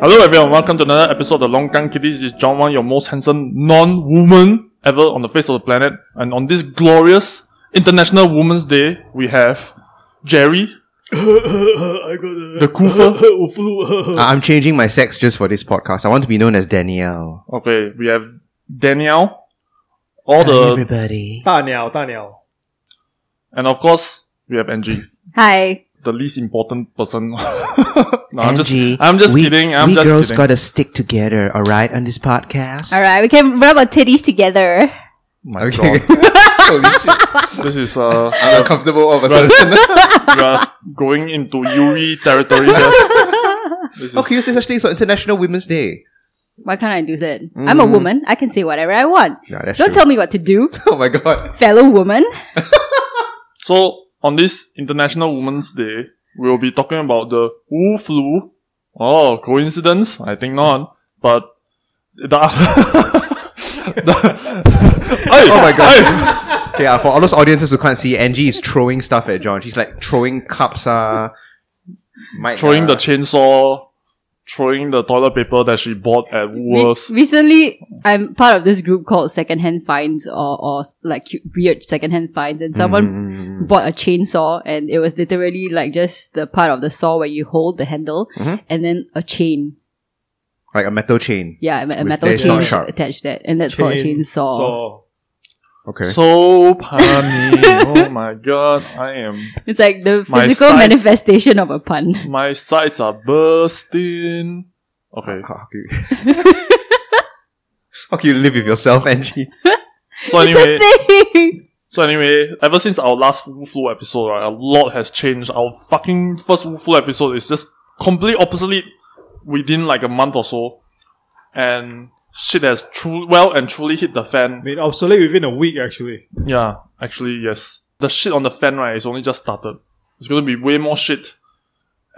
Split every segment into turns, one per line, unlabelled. Hello, everyone. Welcome to another episode of the Long Gun Kitty. This is John Wan, your most handsome non-woman ever on the face of the planet. And on this glorious International Women's Day, we have Jerry,
I got
the Kufa.
flu.
I- Uh, I'm changing my sex just for this podcast. I want to be known as Danielle.
Okay, we have Danielle, all the,
everybody.
大鸟，大鸟。
and of course we have Angie,
Hi.
the least important person. no, I'm just,
Angie,
I'm just
we,
kidding. I'm
we
just
girls
kidding.
gotta stick together, all right, on this podcast.
All right, we can rub our titties together.
My
Okay.
God,
Holy shit!
this is uh,
I'm uncomfortable all of a sudden.
we are going into Yuri territory here. This is-
okay, you say such things on International Women's Day.
Why can't I do that? I'm a woman. I can say whatever I want.
No, that's
Don't
true.
tell me what to do,
oh my god.
fellow woman.
So on this International Women's Day, we'll be talking about the Wu flu. Oh, coincidence? I think not. But the, the Hey,
Oh my
hey.
god. Okay, uh, for all those audiences who can't see, Angie is throwing stuff at John. She's like throwing cups, uh, mic,
throwing
uh,
the chainsaw, throwing the toilet paper that she bought at
Re-
Woolworths.
recently, I'm part of this group called Secondhand Finds or, or like cute, weird secondhand finds, and someone
Mm.
bought a chainsaw, and it was literally like just the part of the saw where you hold the handle,
Mhm.
and then a chain.
like a metal chain.
Yeah, a, a metal
that's
chain
not sharp.
attached to that, and that's called a chainsaw.
Okay.
So punny. oh my god, I am.
It's like the
My
physical
size-
manifestation of a pun.
My sides are bursting. Okay.
How can you, how can you live with yourself, Angie?
So anyway.
It's a thing.
So anyway, ever since our last Wu Flu episode, right, a lot has changed. Our fucking first Wu Flu episode is just complete opposite within like a month or so, and shit has true well and truly hit the fan.
Made obsolete within a week, actually.
Yeah, actually, yes. The shit on the fan right is only just started. It's gonna be way more shit,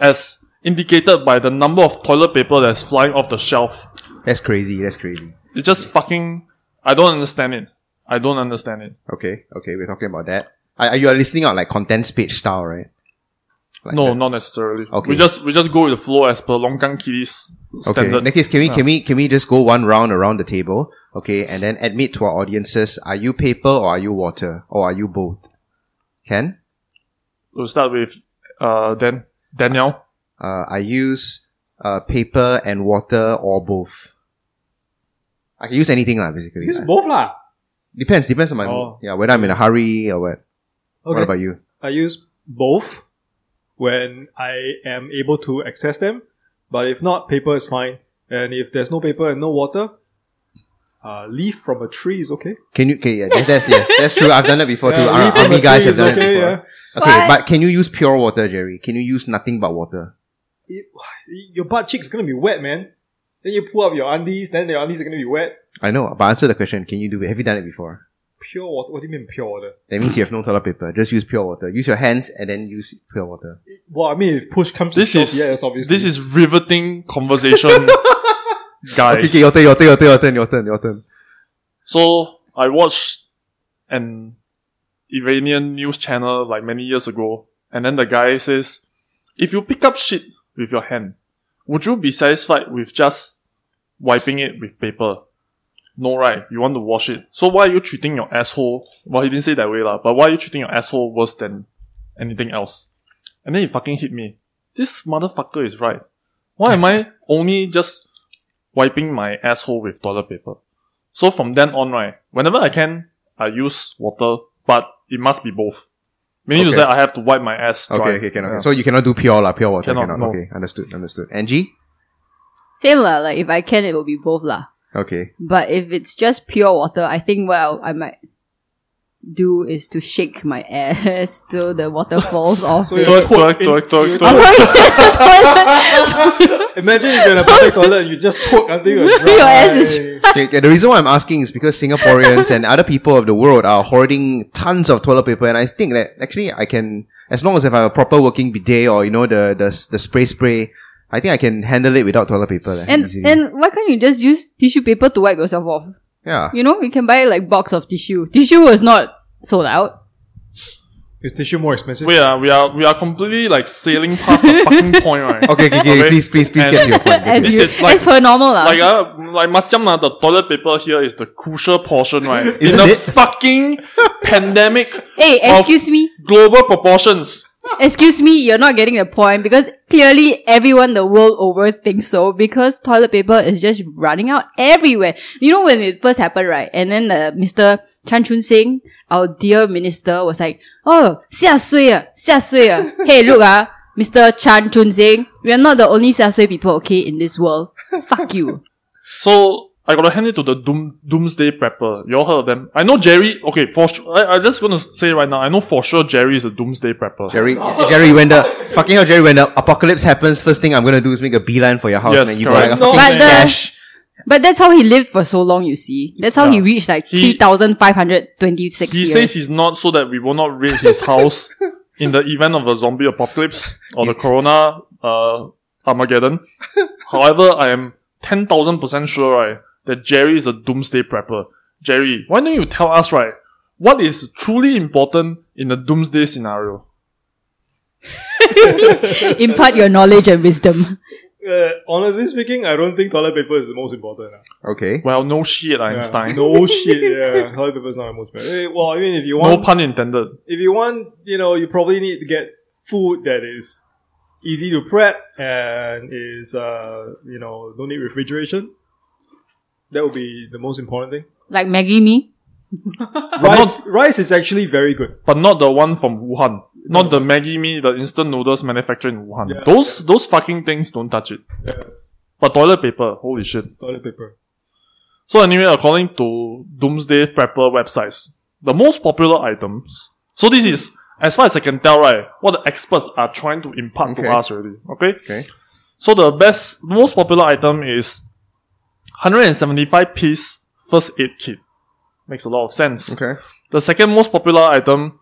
as indicated by the number of toilet paper that's flying off the shelf.
That's crazy. That's crazy.
It's just fucking. I don't understand it. I don't understand it.
Okay, okay, we're talking about that. Are, are you are listening out like contents page style, right? Like
no,
that.
not necessarily.
Okay.
We just we just go with the flow as per Longkang Kitty's
Okay.
standard.
In that case, can we can we can we just go one round around the table? Okay, and then admit to our audiences: Are you paper or are you water or are you both? Can
We'll start with uh Dan Daniel.
uh, I use uh, paper and water or both? I can use anything lah, basically.
Use
Uh,
both lah.
Depends depends on my mood.
Oh.
yeah whether I'm in a hurry or what. What
Okay.
about you?
I use both when I am able to access them, but if not, paper is fine. And if there's no paper and no water, uh, leaf from a tree is okay.
Can you? Okay, yeah, that's, that's yes, that's true. I've done that before too.
Yeah,
Our
leaf from
army
a
guys
tree is
have done it
okay.
before.
Yeah.
Okay,
What?
but can you use pure water, Jerry? Can you use nothing but water?
You- Your butt cheeks gonna be wet, man. Then you pull up your undies, then your undies are gonna be wet.
I know, but answer the question. Can you do it? Have you done it before?
Pure water. What do you mean pure water?
That means you have no toilet paper. Just use pure water. Use your hands and then use pure water.
Well, I mean, if push comes to
This
shove,
is
yeah, it's obviously
this is riveting conversation guys.
Okay, okay, your turn, your turn, your turn, your turn, your turn, your turn.
So I watched an Iranian news channel like many years ago, and then the guy says, "If you pick up shit with your hand, would you be satisfied with just wiping it with paper? No, right? You want to wash it. So why are you treating your asshole? Well, he didn't say that way lah, but why are you treating your asshole worse than anything else? And then he fucking hit me. This motherfucker is right. Why am I only just wiping my asshole with toilet paper? So from then on, right, whenever I can, I use water, but it must be both. Meaning to
Okay.
say, I have to wipe my ass dry.
Okay, okay, can, okay.
Yeah.
So you cannot do pure la, pure water.
Cannot,
Cannot,
no.
Okay, understood, understood. Angie?
Same lah. Like if I can, it will be both lah.
Okay.
But if it's just pure water, I think what I'll- I might do is to shake my ass till the water falls off.
So
it.
you're-
Twerk, twerk, twerk, twerk,
I'm
twerk.
sorry, toilet.
Imagine if you're in a public toilet and you just talk until you're dry.
Your ass is
okay, okay, the reason why I'm asking is because Singaporeans and other people of the world are hoarding tons of toilet paper, and I think that actually I can, as long as if I have a proper working bidet or you know the the, the spray spray, I think I can handle it without toilet paper. like,
and
easily.
and why can't you just use tissue paper to wipe yourself off?
yeah,
You know, you can buy like box of tissue. Tissue was not sold out.
Is tissue more expensive?
We are we are we are completely like sailing past the fucking point, right?
Okay, okay, okay.
Okay.
Please, please, please get to your point. Get to
as,
This
you,
is like-
as per normal lah.
Like uh, like macam lah, the toilet paper here is the crucial portion, right? In
Isn't
the
it?
fucking pandemic
hey,
of-
excuse me,
global proportions.
excuse me, you're not getting the point because clearly everyone the world over thinks so because toilet paper is just running out everywhere. You know when it first happened, right? And then uh, Mr. Chan Chun Sing, our dear minister, was like, "Oh, xia sui ah, xia sui ah. Hey, look ah, Mr. Chan Chun Sing, we are not the only xia sui people, okay, in this world. Fuck you."
So I gotta hand it to the doom, doomsday prepper. You all heard of them? I know Jerry. Okay, for sure. I, I'm just gonna say right now. I know for sure Jerry is a doomsday prepper.
Jerry, Jerry, when the fucking hell, Jerry, when the apocalypse happens, first thing I'm gonna do is make a beeline for your house,
Yes,
man. You
correct.
got like a
No,
fucking
but the-
stash.
But that's how he lived for so long, you see. That's how he
Yeah.
reached like
He-
3,526
He
years.
says he's not so that we will not raid his house in the event of a zombie apocalypse or the corona uh, Armageddon. However, I am 10,000% sure, right, that Jerry is a doomsday prepper. Jerry, why don't you tell us, right, what is truly important in a doomsday scenario?
Impart your knowledge and wisdom.
Uh, honestly speaking, I don't think toilet paper is the most important. ah.
Okay.
Well, no shit,
Yeah.
Einstein.
No shit. Yeah, toilet paper is not the most important. Eh, Well, I mean, if you
no
want,
pun intended.
if you want, you know, you probably need to get food that is easy to prep and is uh, you know, don't need refrigeration. That would be the most important thing.
Like Maggie me.
Rice, rice is actually very good.
But not the one from Wuhan. Not the Maggie Mee, the instant noodles manufactured in Wuhan.
Yeah,
those those fucking things don't touch it. But toilet paper, holy shit.
Toilet paper.
So anyway, according to Doomsday Prepper websites, the most popular items. So this is as far as I can tell, right? What the experts are trying to impart
Okay.
to us already. Okay.
Okay.
So the best, most popular item is 175 piece first aid kit. Makes a lot of sense.
Okay.
The second most popular item,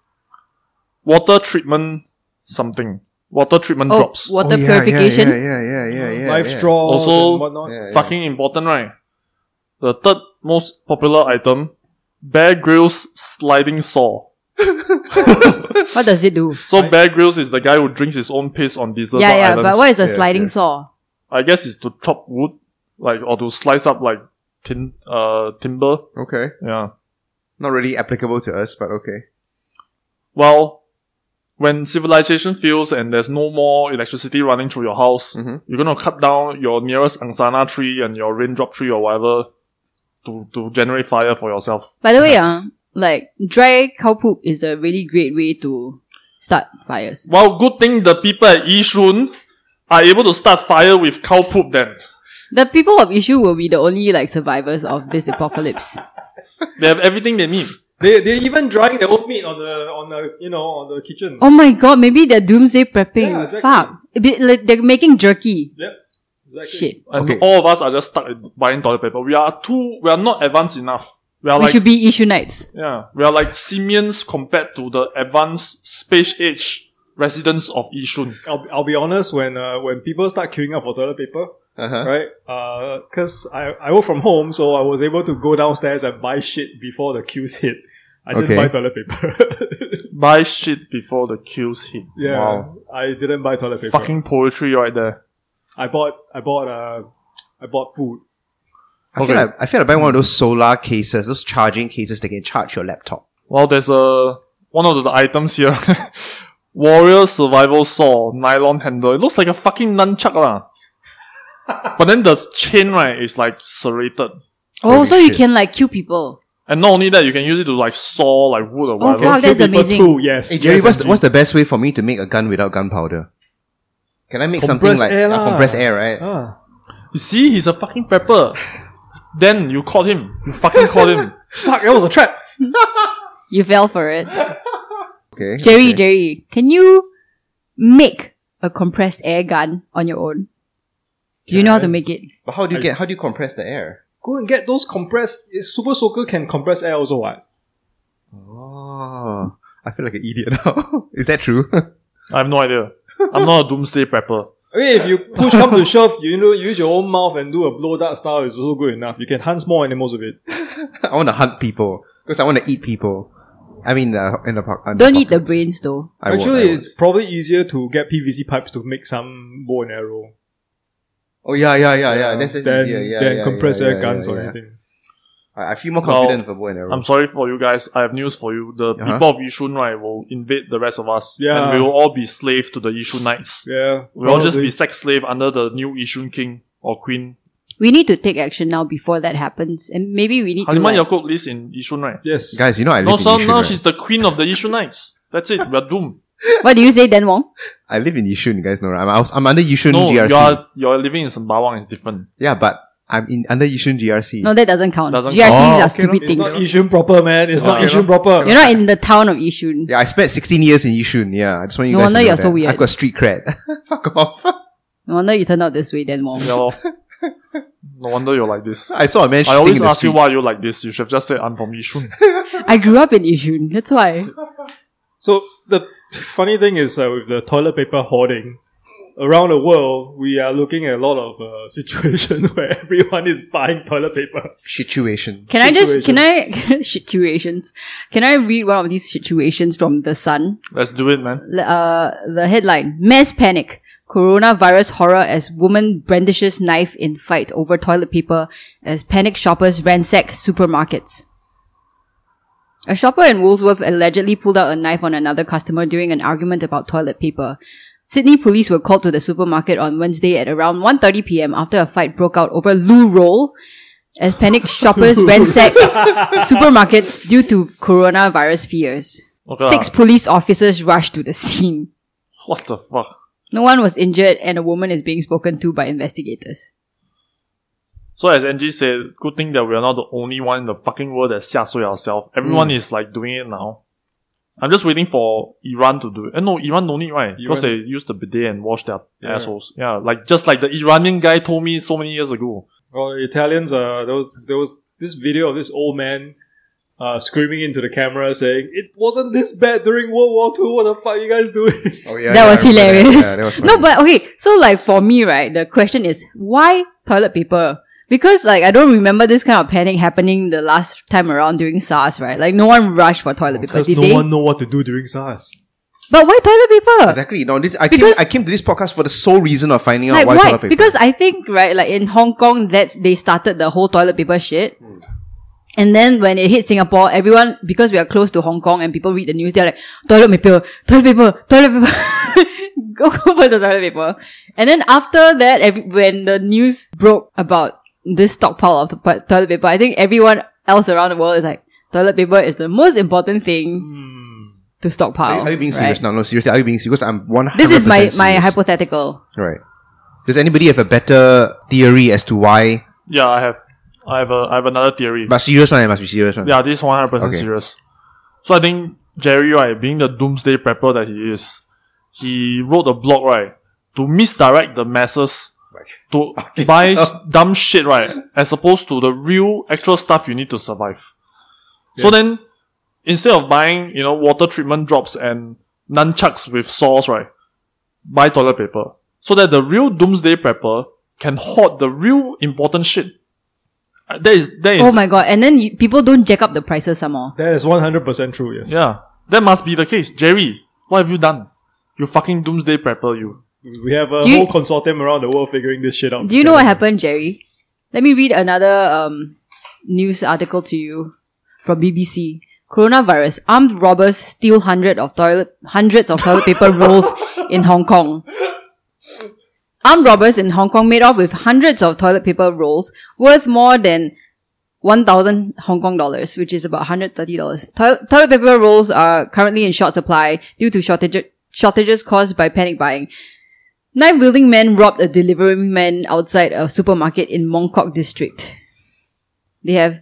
water treatment something. Water treatment
Oh,
drops.
water
Oh, yeah,
purification.
Yeah, yeah, yeah, yeah, yeah. yeah
Life
yeah.
straws
Also-
and whatnot.
Yeah, yeah.
Fucking important, right? The third most popular item, Bear Grylls sliding saw.
What does it do?
So Bear Grylls is the guy who drinks his own piss on desert
yeah,
or
yeah,
islands.
but what is a
Yeah,
sliding
yeah.
saw?
I guess it's to chop wood, like or to slice up like tin, uh, timber.
Okay.
Yeah.
Not really applicable to us, but okay.
Well, when civilization fails and there's no more electricity running through your house,
Mhm.
you're gonna cut down your nearest angsana tree and your raindrop tree or whatever to to generate fire for yourself.
By the way, uh,
Perhaps.
like dry cow poop is a really great way to start fires.
Well, good thing the people at Yishun are able to start fire with cow poop then.
The people of issue will be the only like survivors of this apocalypse.
They have everything they need.
They they even drying their own meat on the on the you know on the kitchen.
Oh my god, maybe they're doomsday prepping.
Yeah, exactly.
Fuck. A bit like they're making jerky.
Yep. Exactly.
Shit.
And
Okay.
all of us are just stuck in buying toilet paper. We are too, we are not advanced enough. We are
we
like,
should be issue nights.
yeah, we are like simians compared to the advanced space age residents of Yishun.
I'll, I'll be honest when uh, when people start queuing up for toilet paper,
Uh
Uh-huh.
right? Uh, cause I, I work from home, so I was able to go downstairs and buy shit before the queues hit. I didn't
Okay.
buy toilet paper.
Buy shit before the queues hit.
yeah,
Wow.
I didn't buy toilet paper.
Fucking poetry right there.
I bought I bought uh I bought food.
I feel
Okay.
like I feel like buying one of those solar cases, those charging cases that can charge your laptop.
Well, there's a, one of the items here. Warrior survival saw, nylon handle. It looks like a fucking nunchuck lah. but then the chain, right, is like serrated.
Oh,
Holy
so you
shit.
can like kill people.
And not only that, you can use it to like saw like wood or whatever.
Wow,
Two
that's
people
amazing.
Too, yes.
Hey Jerry,
yes,
what's the,
indeed.
what's the best way for me to make a gun without gunpowder? Can I make something
Compressed
like
air
uh,
lah.
compressed air, right?
Ah.
You see, he's a fucking prepper. then you caught him. You fucking caught him.
Fuck, that was a trap.
You fell for it.
Okay.
Jerry,
okay.
Jerry, can you make a compressed air gun on your own? Do you know how to
Can.
make it?
But how do you get how do you compress the air?
Go and get those compressed. it's- Super Soaker can compress air also, what?
Oh, I feel like an idiot now. Is that true?
I have no idea. I'm not a doomsday prepper.
I mean, if you push come to shove, you know, use your own mouth and do a blow dart style is also good enough. You can hunt small animals with it.
I want to hunt people because I want to eat people. I mean, uh, in the po-
Don't eat the brains though.
I won't, I
Actually,
won't.
it's probably easier to get PVC pipes to make some bow and arrow.
Oh yeah, yeah, yeah, yeah. That's, that's
than,
easier. Yeah,
than
yeah,
compressed
yeah,
air
yeah,
guns
yeah,
or
yeah.
anything.
I I feel more
Well,
confident of a bow and arrow.
I'm sorry for you guys. I have news for you. The
Uh-huh.
people of Yishun, right, will invade the rest of us.
Yeah.
And we will all be slave to the Yishun knights.
Yeah.
We'll all just
probably.
be sex slave under the new Yishun king or queen.
We need to take action now before that happens, and maybe we need to.
Halimah
like-
Yacob lives in Yishun, right?
Yes.
Guys, you know I live
No,
in
so
Yishun.
now
right?
she's the queen of the Yishun knights. That's it. We're doomed.
what do you say, Dan Wong?
I live in Yishun. You guys know, right? I'm, I was- I'm under Yishun
no,
GRC.
you're you're living in Sembawang is different.
Yeah, but I'm in under Yishun GRC.
No, that doesn't count.
Doesn't
GRCs
count. Oh,
are
okay,
stupid
It's not
things.
Yishun proper, man. It's not
Okay,
Yishun proper.
You're not in the town of Yishun.
Yeah, I spent 16 years in Yishun. Yeah, I just want you
No
guys
wonder
to know
you're so
that.
weird.
I've got street cred. Fuck off.
No wonder you turned out this way, Dan Wong.
Yeah, lor. no wonder you're like this.
I saw a man
I
shooting in
always
the
ask you
street.
why you're like this. You should have just said I'm from Yishun.
I grew up in Yishun. That's why.
So the funny thing is uh, with the toilet paper hoarding around the world, we are looking at a lot of uh, situation where everyone is buying toilet paper.
Situation.
Can I just can I situations? Can I read one of these situations from the Sun?
Let's do it, man.
L- Uh, the headline: Mass panic. Coronavirus horror as woman brandishes knife in fight over toilet paper as panic shoppers ransack supermarkets. A shopper in Woolworths allegedly pulled out a knife on another customer during an argument about toilet paper. Sydney police were called to the supermarket on Wednesday at around 1:30 p.m. after a fight broke out over loo roll as panic shoppers ransacked supermarkets due to coronavirus fears.
Okay, lah.
Six police officers rushed to the scene.
What the fuck?
No one was injured and a woman is being spoken to by investigators.
So as Angie said, good thing that we're not the only one in the fucking world that xiaxue ourselves. Everyone is like doing it now. I'm just waiting for Iran to do it. Eh, no, Iran don't need, right? Because they use the bidet and wash their
Yeah.
assholes. Yeah, like just like the Iranian guy told me so many years ago.
Well, the Italians, uh, there was there was this video of this old man uh, screaming into the camera saying, "It wasn't this bad during World War Two. What the fuck you guys doing?"
Oh, yeah,
that,
yeah,
was
I remember
hilarious.
That. Yeah, that was
no,
funny.
but okay. So like for me, right, the question is why toilet paper? Because like I don't remember this kind of panic happening the last time around during SARS, right? Like no one rushed for toilet paper, did they?
know what to do during SARS.
But why toilet paper?
Exactly. No, this I
Because-
came, I came to this podcast for the sole reason of finding out
Like
why
why?
toilet paper.
Because I think right, like in Hong Kong, that's they started the whole toilet paper shit. And then when it hit Singapore, everyone because we are close to Hong Kong and people read the news, they're like toilet paper, toilet paper, toilet paper. go go for the toilet paper. And then after that, every, when the news broke about this stockpile of to- toilet paper, I think everyone else around the world is like toilet paper is the most important thing to
are, you,
stockpile.
are you being serious
right?
now? No, seriously, are you being serious? Because I'm one.
This is my my
serious.
hypothetical.
Right. Does anybody have a better theory as to why?
Yeah, I have, I have, a, I have another theory.
But serious one, it must be serious one.
Yeah, this one hundred percent
Okay.
serious. So I think Jerry, right, being the doomsday prepper that he is, he wrote a blog, right, to misdirect the masses to buy s- dumb shit, right, as opposed to the real actual stuff you need to survive. So then,
Yes.
instead of buying, you know, water treatment drops and nunchucks with saws, right, buy toilet paper so that the real doomsday prepper can hoard the real important shit. Uh, That is, that is
Oh my god! And then you, people don't jack up the prices somehow.
That is one hundred percent true. Yes.
Yeah, that must be the case. Jerry, what have you done? You fucking doomsday prepper, you.
We have a
Do you-
whole consortium around the world figuring this shit out.
Do you know what
together.
happened, Jerry? Let me read another um, news article to you from BBC. Coronavirus: Armed robbers steal hundred of toilet hundreds of toilet paper rolls in Hong Kong. Armed robbers in Hong Kong made off with hundreds of toilet paper rolls worth more than 1,000 Hong Kong dollars, which is about $130. Toil- toilet paper rolls are currently in short supply due to shortage- shortages caused by panic buying. Knife wielding men robbed a delivery man outside a supermarket in Mong Kok district. They have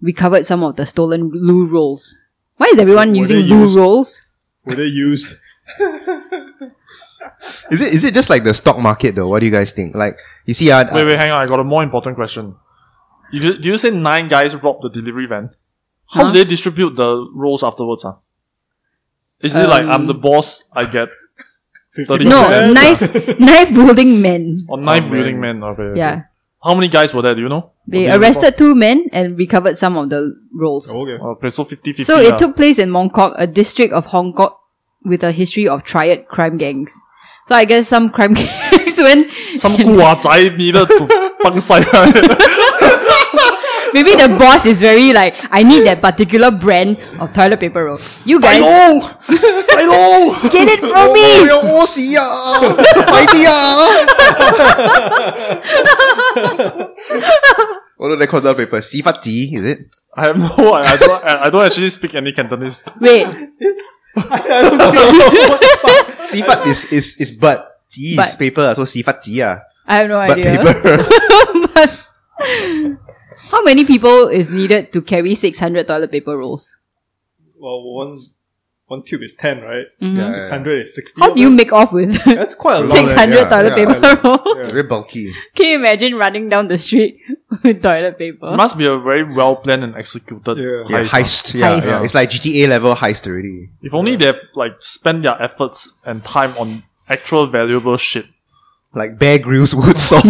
recovered some of the stolen loo rolls. Why is everyone
Were they
using loo
used?
rolls?
Were they used?
Is it is it just like the stock market though? What do you guys think? Like you see, uh,
Wait, wait, hang on. I got a more important question. Did you, did you say nine guys robbed the delivery van? How
Huh?
do they distribute the rolls afterwards? Huh? Is it like
Um,
I'm the boss, I get
Fifty
No,
Percent.
knife knife wielding men.
or knife wielding
man.
man? Okay, okay.
oh, Yeah.
How many guys were there? Do you know?
They
Or do you
arrested two men and recovered some of the rolls.
Oh, Okay.
recall? Okay, so 50-50.
So it
lah.
took place in Mong Kok, a district of Hong Kong with a history of triad crime gangs. So I guess some crime gangs went
some 古惑仔 needed to bounce side.
maybe the boss is very like I need that particular brand of toilet paper roll. You guys
know! I know! Oh,
get it from me.
我 要屙屎啊！快啲啊！What do they call that paper? 屎忽子 is it?
I have no. I, I don't. I, I don't actually speak any Cantonese.
Wait,
I don't know. what the fuck.
屎忽 is is is butt. 子 is
Butt.
paper, so 屎忽子啊。
I have no
Butt
idea.
paper.
But how many people is needed to carry six hundred toilet paper rolls?
Well, one one tube is ten, right?
Yeah,
Six
yeah.
hundred is sixty.
Mm-hmm. How do you make off with
That's quite a lot.
six
eh?
hundred
yeah,
toilet
yeah.
paper rolls?
Yeah.
Very bulky.
Can you imagine running down the street with toilet paper?
It must be a very well planned and executed.
Yeah.
Yeah,
heist.
heist. Yeah,
Heist.
yeah. It's like GTA level heist already.
If only they've like spent their efforts and time on actual valuable shit.
Like Bear Grylls wood saw.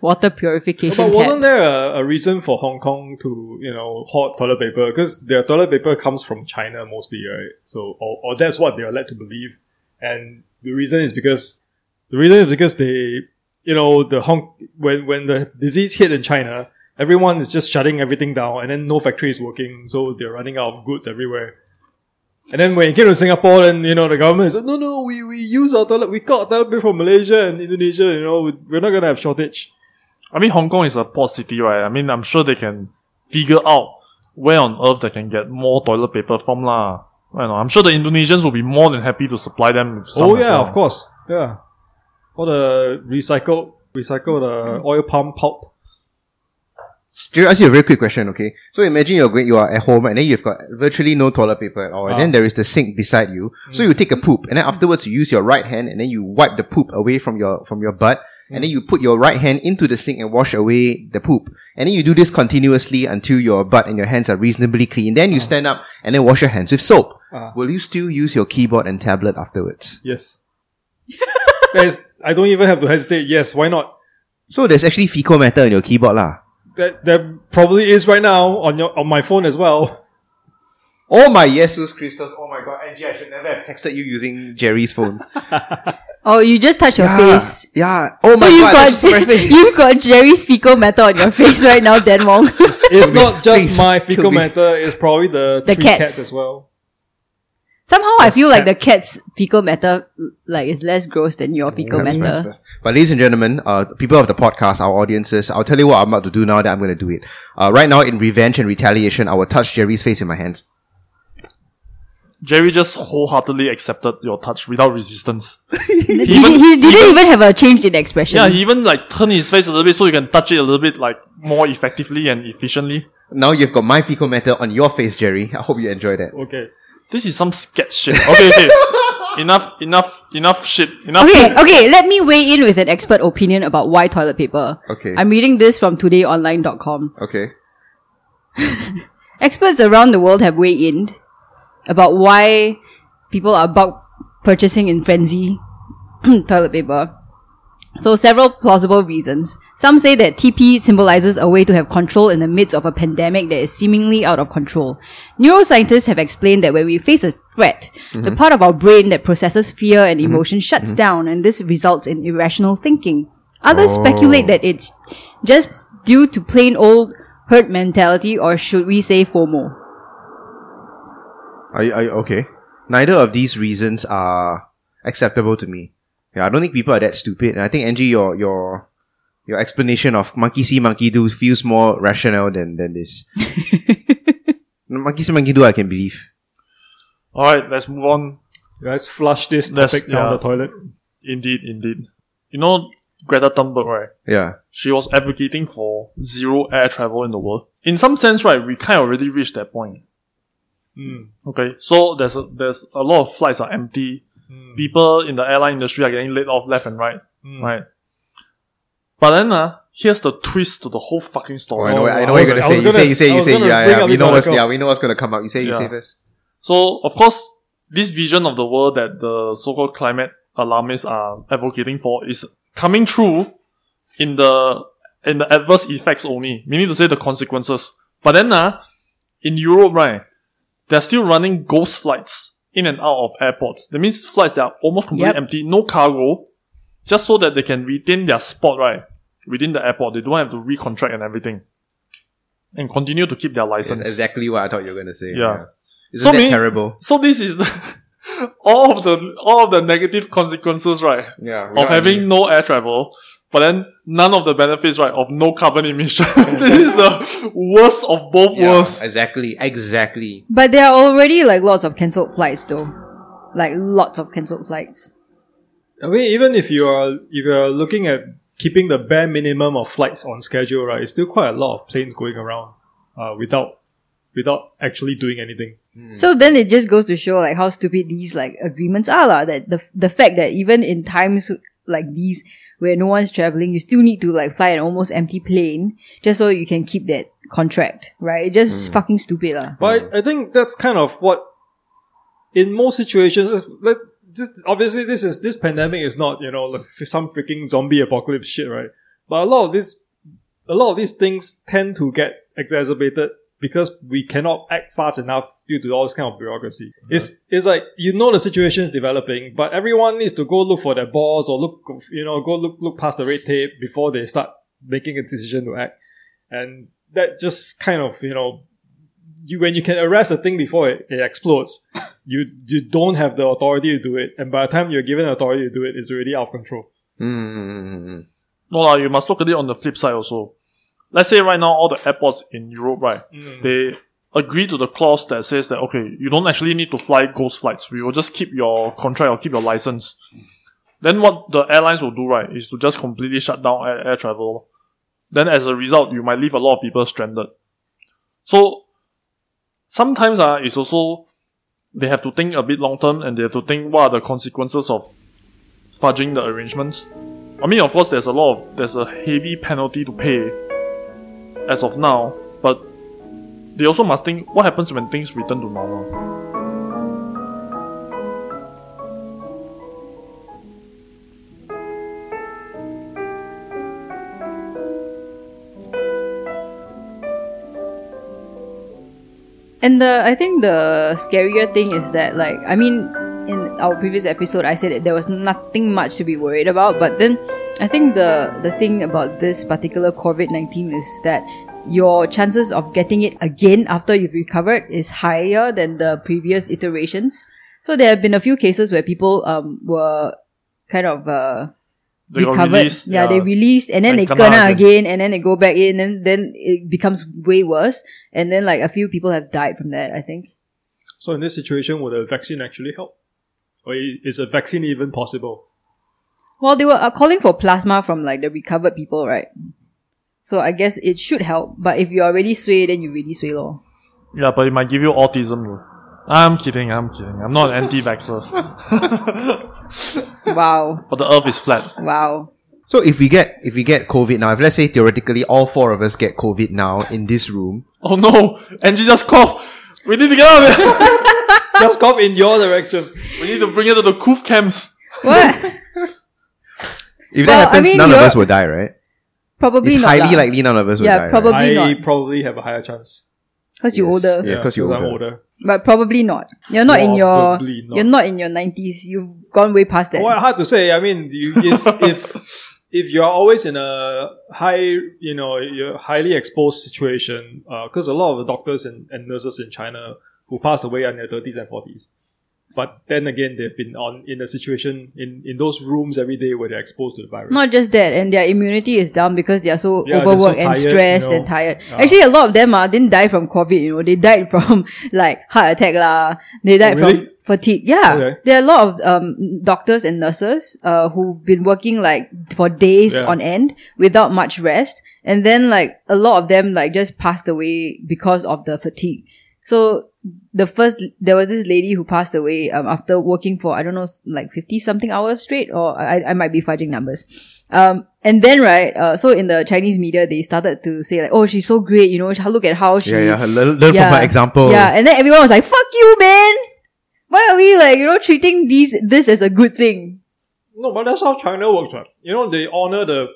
Water purification.
But wasn't
taps.
there a, a reason for Hong Kong to you know hoard toilet paper? Because their toilet paper comes from China mostly, right? So, or, or that's what they are led to believe. And the reason is because the reason is because they, you know, the Hong when when the disease hit in China, everyone is just shutting everything down, and then no factory is working, so they're running out of goods everywhere. And then when it came to Singapore, then you know the government said, no, no, we, we use our toilet, we got our toilet paper from Malaysia and Indonesia. You know, we're not gonna have shortage.
I mean, Hong Kong is a port city, right? I mean, I'm sure they can figure out where on earth they can get more toilet paper from, lah. I know. I'm sure the Indonesians will be more than happy to supply them. With some
Oh
as
yeah,
well.
of course. Yeah. All the recycled recycled uh, oil palm pulp.
Jerry, I'll ask you a very quick question, okay? So imagine you're going, you are at home and then you've got virtually no toilet paper at all. And
Ah. Hmm.
then there is the sink beside you. So you take a poop and then afterwards you use your right hand and then you wipe the poop away from your, from your butt. And
Hmm.
then you put your right hand into the sink and wash away the poop. And then you do this continuously until your butt and your hands are reasonably clean. Then you stand up and then wash your hands with soap.
Ah.
Will you still use your keyboard and tablet afterwards?
Yes. There's, I don't even have to hesitate. Yes, why not?
So there's actually fecal matter in your keyboard lah.
That that probably is right now on your on my phone as well.
Oh my Jesus Christus! Oh my God, Angie, I should never have texted you using Jerry's phone.
Oh, you just touched your face.
Yeah. Oh
so
my
you
God, I just saw my
got
face.
you got Jerry's fecal matter on your face right now, Dan Wong.
It's not just
Please,
my
kill
fecal
me.
matter. It's probably the,
The
three
cats.
cats as well.
Somehow, I
Yes,
feel like
that-
the cat's fecal matter like is less gross than your fecal
That's right,
matter.
that's- But ladies and gentlemen, uh, people of the podcast, our audiences, I'll tell you what I'm about to do now that I'm going to do it. Uh, right now in revenge and retaliation, I will touch Jerry's face in my hands.
Jerry just wholeheartedly accepted your touch without resistance.
He,
even-
he didn't even, have a change in expression.
Yeah, he even like turned his face a little bit so you can touch it a little bit like more effectively and efficiently.
Now you've got my fecal matter on your face, Jerry. I hope you enjoy that.
Okay.
This is some sketch shit. Okay, okay. enough, enough, enough shit. Enough.
Okay, okay, let me weigh in with an expert opinion about why toilet paper.
Okay.
I'm reading this from todayonline.com.
Okay.
Experts around the world have weighed in about why people are bulk purchasing in frenzy toilet paper. So several plausible reasons. Some say that TP symbolizes a way to have control in the midst of a pandemic that is seemingly out of control. Neuroscientists have explained that when we face a threat, the part of our brain that processes fear and emotion shuts down and this results in irrational thinking. Others speculate that it's just due to plain old herd mentality or should we say FOMO?
Are you, are you okay? Neither of these reasons are acceptable to me. Yeah, I don't think people are that stupid. And I think Angie, your your your explanation of monkey see, monkey do feels more rational than than this. monkey see, monkey do, I can believe.
Alright, let's move on.
Let's flush this
Let's-
topic down
yeah.
the toilet.
Indeed, indeed. You know Greta Thunberg, right?
Yeah,
She was advocating for zero air travel in the world. In some sense, right, we kind of already reached that point.
Mm.
Okay, so there's a, there's a lot of flights are empty.
Mm.
People in the airline industry are getting laid off left and right,
Mm.
right? But then, uh, here's the twist to the whole fucking
oh,
story.
I know. I
I
know what
was-
you're gonna
I
say.
was
You say,
gonna-
you say,
I
you
was
say.
gonna
Yeah,
bring
yeah.
up
We
this
know what's.
article.
Yeah, we know what's gonna come out. You say, you
Yeah.
say first.
So, of course, this vision of the world that the so-called climate alarmists are advocating for is coming true in the in the adverse effects only, meaning to say the consequences. But then, uh, in Europe, right, they're still running ghost flights in and out of airports. That means flights that are almost completely
Yep.
empty, no cargo, just so that they can retain their spot, right, within the airport. They don't have to recontract and everything, and continue to keep their license.
That's exactly what I thought you were gonna say.
Yeah.
Isn't
So
that
many-
terrible?
So this is the, all of the all of the negative consequences, right,
Yeah.
of having no air travel, but then none of the benefits, right, of no carbon emission. this is the worst of both worlds.
Exactly. Exactly.
But there are already like lots of cancelled flights though. Like lots of cancelled flights.
I mean, even if you are if you're looking at keeping the bare minimum of flights on schedule, right, it's still quite a lot of planes going around uh, without without actually doing anything.
So then it just goes to show like how stupid these like agreements are lah. That the the fact that even in times like these where no one's traveling, you still need to like fly an almost empty plane just so you can keep that contract, right? It's just fucking stupid lah.
But I, I think that's kind of what, in most situations, let just obviously this is this pandemic is not you know like some freaking zombie apocalypse shit, right? But a lot of this, a lot of these things tend to get exacerbated because we cannot act fast enough due to all this kind of bureaucracy. It's it's like you know the situation is developing, but everyone needs to go look for their balls or look you know go look look past the red tape before they start making a decision to act, and that just kind of you know you when you can arrest a thing before it, it explodes, you you don't have the authority to do it, and by the time you're given authority to do it, it's already out of control.
Mm.
No, lah, you must look at it on the flip side also. Let's say right now all the airports in Europe, right, they agree to the clause that says that okay, you don't actually need to fly ghost flights. We will just keep your contract or keep your license. Then what the airlines will do, right, is to just completely shut down air, air travel. Then as a result, you might leave a lot of people stranded. So sometimes uh, it's also they have to think a bit long term and they have to think what are the consequences of fudging the arrangements. I mean, of course, there's a lot of there's a heavy penalty to pay as of now, but they also must think what happens when things return to normal.
And the I think the scarier thing is that like I mean in our previous episode I said that there was nothing much to be worried about, but then I think the the thing about this particular COVID nineteen is that your chances of getting it again after you've recovered is higher than the previous iterations. So there have been a few cases where people um were kind of uh
They got
recovered.
released.
yeah, they released and then
And
they
kena
kena again. and then they go back in and then it becomes way worse. And then like a few people have died from that, I think.
So in this situation, would a vaccine actually help, or i- is a vaccine even possible?
Well, they were uh, calling for plasma from like the recovered people, right? So I guess it should help. But if you're already sway, then you really sway lor.
yeah, but it might give you autism. though. I'm kidding. I'm kidding. I'm not an anti-vaxxer,
Wow.
but the Earth is flat.
Wow.
So if we get if we get COVID now, if let's say theoretically all four of us get COVID now in this room,
Oh no! Angie just coughed. We need to get out of here.
Just cough in your direction.
we need to bring her to the coof camps.
What?
if
Well, I
that happens,
mean,
none of
you're-
us will die, right?
probably
it's
not.
highly likely none of us
Yeah,
will die. right?
probably-
I
not.
probably have a higher chance.
Because you're
Yes.
older.
Yeah, 'cause you're
I'm
older.
older.
But probably not. You're not in your
Probably not.
you're not in your nineties. You've gone way past that.
Well, hard to say. I mean, you, if if if you're always in a high, you know, you're highly exposed situation, because a lot of the doctors and, and nurses in China who passed away are in their thirties and forties. But then again, they've been on in a situation in, in those rooms every day where they're exposed to the virus.
Not just that, and their immunity is down because they are so
Yeah, they're so
overworked and
tired, you
stressed
know.
and tired.
Yeah.
Actually, a lot of them uh, didn't die from COVID. You know, they died from like heart attack lah. They died
Oh, really?
from fatigue. Yeah,
Okay.
there are a lot of um, doctors and nurses uh, who've been working like for days
Yeah.
on end without much rest, and then like a lot of them like just passed away because of the fatigue. So the first there was this lady who passed away um, after working for I don't know s- like fifty something hours straight, or I, I might be fudging numbers. Um, and then right, uh, so in the Chinese media they started to say like, oh she's so great, you know, look at how she
Yeah, yeah. Learn, learn
Yeah.
from my example.
yeah, and then everyone was like, "Fuck you, man! Why are we like you know treating these this as a good thing?"
No, but that's how China works, right? You know, they honor the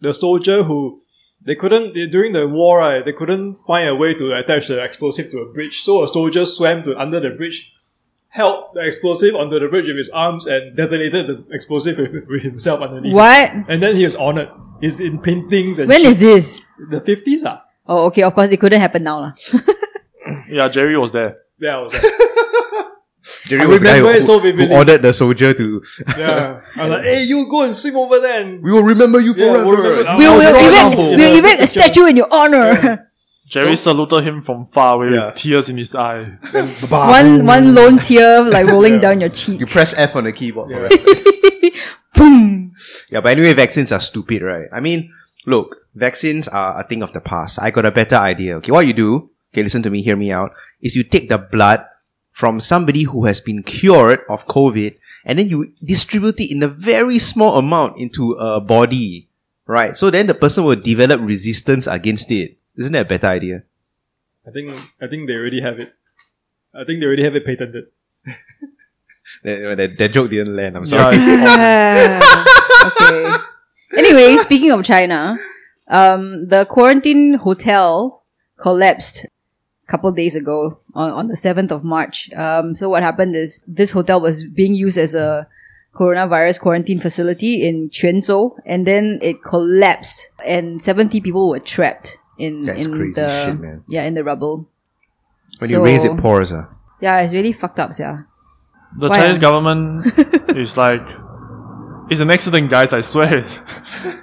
the soldier who they couldn't they, during the war right they couldn't find a way to attach the explosive to a bridge so a soldier swam to under the bridge held the explosive onto the bridge with his arms and detonated the explosive with, with himself underneath
What?
and then he was honored he's in paintings and
When
shit.
is this?
the 50s ah
Oh, okay. Of course, it couldn't happen now, lah.
Yeah, Jerry was there.
yeah, I was like,
Jerry
I
was the guy
remember
who,
it so
who
vividly.
ordered the soldier to.
yeah. I was like, hey, you go and swim over there and
We will remember you
Yeah, Ah.
forever.
we'll remember
Oh,
now.
We'll,
I'll
we'll
draw
erect,
sample.
we'll
Yeah.
erect a statue in your honor.
Jerry saluted him from far away
Yeah.
with tears in his eye.
Bah.
one one lone tear like rolling down your cheek.
You press F on the keyboard.
Yeah.
right?
Boom.
Yeah, but anyway, vaccines are stupid, right? I mean, look, vaccines are a thing of the past. I got a better idea. Okay, what you do, okay, listen to me, hear me out, is you take the blood from somebody who has been cured of COVID and then you distribute it in a very small amount into a body, right? So then the person will develop resistance against it. Isn't that a better idea?
I think I think they already have it. I think they already have it patented.
That, that- that joke didn't land. I'm sorry.
yeah,
Ah, okay. Anyway, speaking of China, um, the quarantine hotel collapsed a couple days ago on, on the 7th of March. Um, so what happened is this hotel was being used as a coronavirus quarantine facility in Quanzhou and then it collapsed and 70 people were trapped in,
That's
in
crazy
the,
shit, man.
yeah, in the rubble.
When it rains,
So-
it pours. Uh.
Yeah, it's really fucked up, yeah.
the
Why?
Chinese government is like, it's an accident, guys. I swear.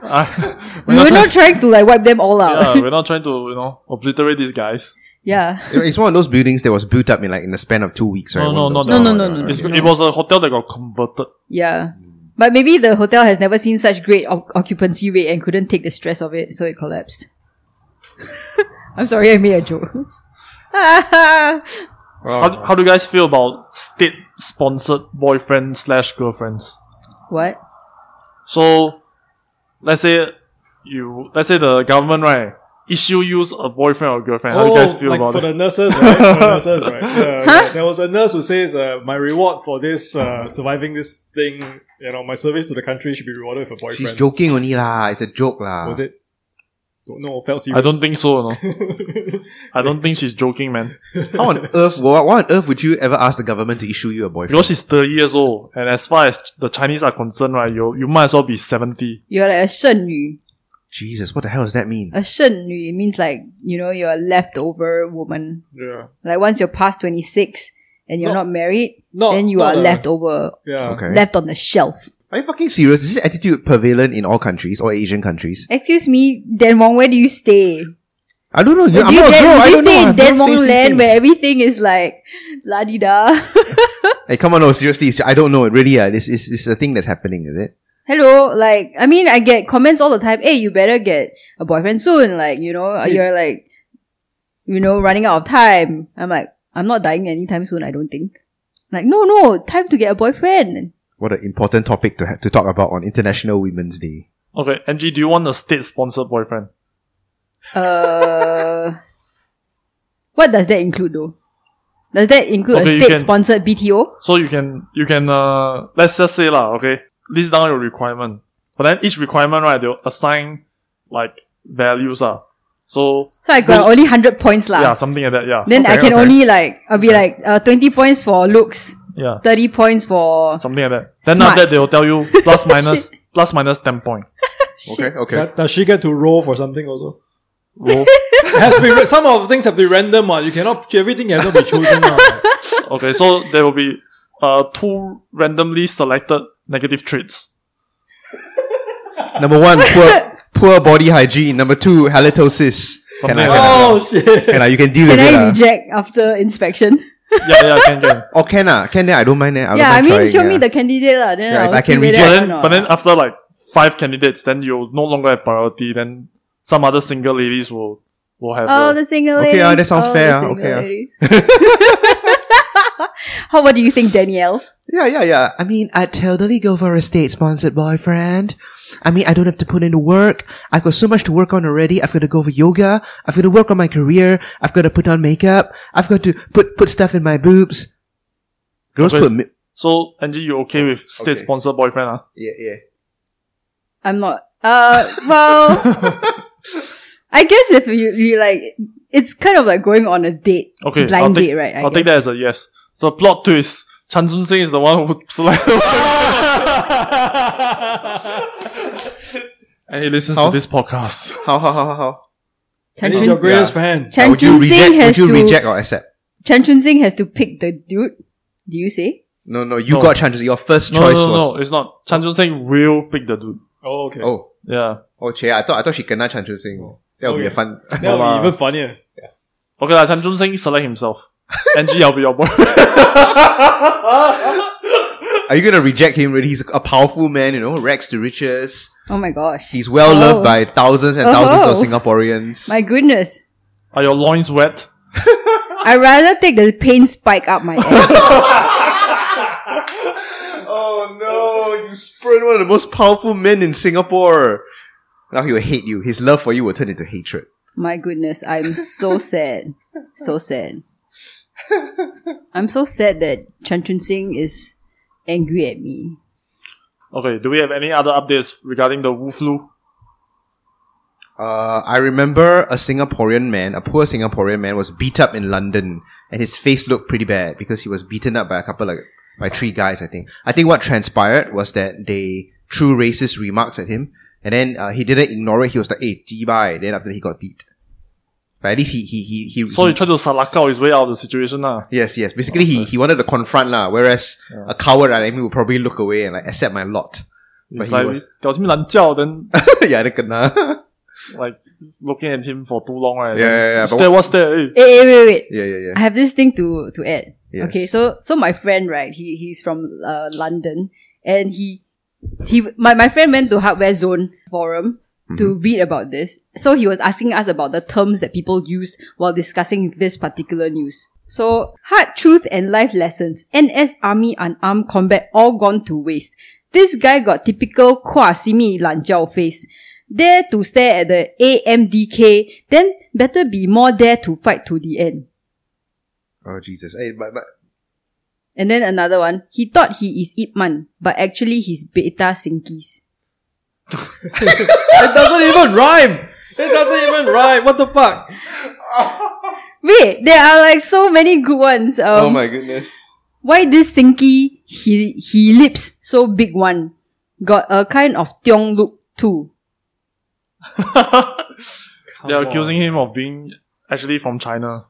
I,
We were not trying to like wipe them all out.
yeah, we're not trying to you know obliterate these guys.
Yeah.
It- It's one of those buildings that was built up in like in the span of two weeks, right?
No, no, not
One of those-
that
No, no, one. no, no,
It's,
no.
It was a hotel that got converted.
Yeah.
Mm.
But maybe the hotel has never seen such great oc- occupancy rate and couldn't take the stress of it, so it collapsed. I'm sorry, I made a joke.
Oh,
How, how do you guys feel about state-sponsored boyfriends slash girlfriends?
what?
So, let's say you, let's say the government right issue you a boyfriend or girlfriend. how do you guys feel
Oh, like
about
for
it?
the nurses, right? for the nurses, right? Yeah, yeah. There was a nurse who says, uh, "My reward for this uh, surviving this thing, you know, my service to the country should be rewarded with a boyfriend."
She's joking only lah. It's a joke lah.
Was it? Don't know. Felt serious.
I don't think so. No, I don't think she's joking, man.
How on earth? Why, why on earth would you ever ask the government to issue you a boyfriend?
Because she's thirty years old, and as far as the Chinese are concerned, right, you you might as well be seventy.
You're like a 剩女.
Jesus, what the hell does that mean?
A 剩女 means like, you know, you're a leftover woman.
Yeah.
Like once you're past 26 and you're
No.
not married,
No.
then you
not
are
a-
left over,
Yeah.
Okay.
left on the shelf.
Are you fucking serious? Is this attitude prevalent in all countries or Asian countries?
Excuse me, Denmong, where do you stay?
I don't know.
Do
I'm
you,
not a
then-
girl.
do
I
you
don't know.
stay in
I've never faced
Denmong
these
land
things.
where everything is like la di da?
Hey, come on, no, seriously. it's- I don't know. Really, uh, this is is a thing that's happening, is it?
Hello, like I mean, I get comments all the time. Hey, you better get a boyfriend soon. Like you know, you're like, you know, running out of time. I'm like, I'm not dying anytime soon. I don't think. Like no, no, time to get a boyfriend.
What an important topic to ha- to talk about on International Women's Day.
Okay, Angie, do you want a state-sponsored boyfriend?
Uh, what does that include though? Does that include
Okay,
a
you can-
state-sponsored BTO?
So you can you can uh let's just say lah, okay, list down your requirement. But then each requirement right, they'll assign like values ah. So
So I got
Well-
only hundred points lah.
yeah, something like that. Yeah,
Then I
Okay,
can
okay.
only like I'll be like uh, twenty points for looks,
yeah,
thirty points for
something like that. Then after that
Smarts.
they'll tell you plus minus plus minus ten point.
Okay, okay.
Does- Does she get to roll for something also?
Roll.
It has to be ra- some of the things have to be random. Uh. You cannot everything has to be chosen. ah.
okay, so there will be uh two randomly selected negative traits.
Number one, poor poor body hygiene. Number two, halitosis. Can
Something
I, can,
like
I,
Oh shit!
can I? You can deal
Can
with it.
I
ah.
reject after inspection?
Yeah, yeah, can can.
Or can ah? Can then I don't mind. eh. I don't
yeah, I
mind
mean,
trying,
show
yeah.
me the candidate lah. Then
Yeah, if
I'll
I can Oh,
see whether
But
reject-
I
then,
want or
but then
not.
after like five candidates, then you no longer have priority. Then some other single ladies will will have.
oh,
a-
the single
Okay,
ladies.
ah, that sounds
oh,
fair,
the
ah,
single
okay, ah.
ladies. How what do you think, Danielle?
Yeah, yeah, yeah. I mean, I'd totally go for a state sponsored boyfriend. I mean, I don't have to put in the work. I've got so much to work on already. I've got to go for yoga. I've got to work on my career. I've got to put on makeup. I've got to put, put stuff in my boobs. Girls
Okay.
put, mi-
so Angie, you okay with state sponsored boyfriend? Ah,
yeah, yeah.
I'm not. Uh, well, I guess if you, you like, it's kind of like going on a date.
Okay,
Blind
I'll take,
date, right? I
will take that
guess.
as a yes. So plot twist: Chan Sun Sing is the one who selected, and he listens
How?
to this podcast.
How how how how how?
Chan
He's your
Chun,
greatest fan.
Now,
Chan
would you
Chun Sing
reject?
has
Would you
to.
reject or accept?
Chan Chun Sing has to pick the dude. Do you say?
No, no. You
No.
got chances. Your first
No, no,
choice
no,
was.
no, it's not. Chan Chun Sing will pick the dude.
Oh, okay.
Oh,
Yeah.
oh, Che. I thought I thought she kena Chan Chu Sing. That would be a
Okay.
fun.
That would
Wow.
be even funnier.
Okay, lah. Chan Chun Sing select himself. NG, I'll be your boy.
Are you gonna reject him? Really, he's a powerful man. You know, Rex to riches.
Oh my gosh.
He's well
Oh.
loved by thousands and
Oh.
thousands of Singaporeans.
My goodness.
Are your loins wet?
I'd rather take the pain spike up my ass.
oh no! You spurned one of the most powerful men in Singapore. Now he will hate you. His love for you will turn into hatred.
my goodness. I'm so sad. So sad. I'm so sad that Chan Chun Sing is angry at me.
Okay. Do we have any other updates regarding the Wu flu?
Uh, I remember a Singaporean man, a poor Singaporean man, was beat up in London, and his face looked pretty bad because he was beaten up by a couple like by three guys. I think. I think what transpired was that they threw racist remarks at him, and then uh, he didn't ignore it. He was like, "Hey, jibai." Then after that, he got beat. But at least he he he he.
So
he-
he tried to salakao his way out of the situation, lah.
yes, yes. Basically, he he wanted to confront lah. Whereas a coward like me would probably look away and like accept my lot. But
It's
he
like,
was-
"Diao Xin Lan Jiao," then
yeah, then kena.
like looking at him for too long, right?
Yeah, yeah, yeah, but
Stare, what's there? eh?
Eh, eh, wait, wait.
yeah, yeah, yeah.
I have this thing to to add.
Yes.
Okay, so so my friend, right? He he's from uh, London, and he he my my friend went to Hardware Zone forum to
Mm-hmm.
read about this. So he was asking us about the terms that people use while discussing this particular news. So hard truth and life lessons. NS Army unarmed combat all gone to waste. This guy got typical kwa simi lan jiao face. Dare to stare at the AMDK, then better be more dare to fight to the end.
Oh Jesus! Hey, but but
And then another one, he thought he is Ip Man, but actually he's Beta Sinkies.
it doesn't even rhyme.
It doesn't even rhyme. What the fuck?
Wait, there are like so many good ones. Um,
oh my goodness.
Why this Sinky, he, he lips so big one, got a kind of Tiong look too.
They're
Come on.
accusing him of being actually from China.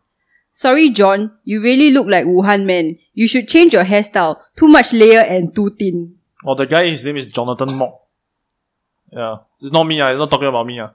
Sorry John, you really look like Wuhan man. You should change your hairstyle. Too much layer and too thin.
Or the guy, his name is Jonathan Mock. Yeah, it's not me. Ah, it's not talking about me. Ah,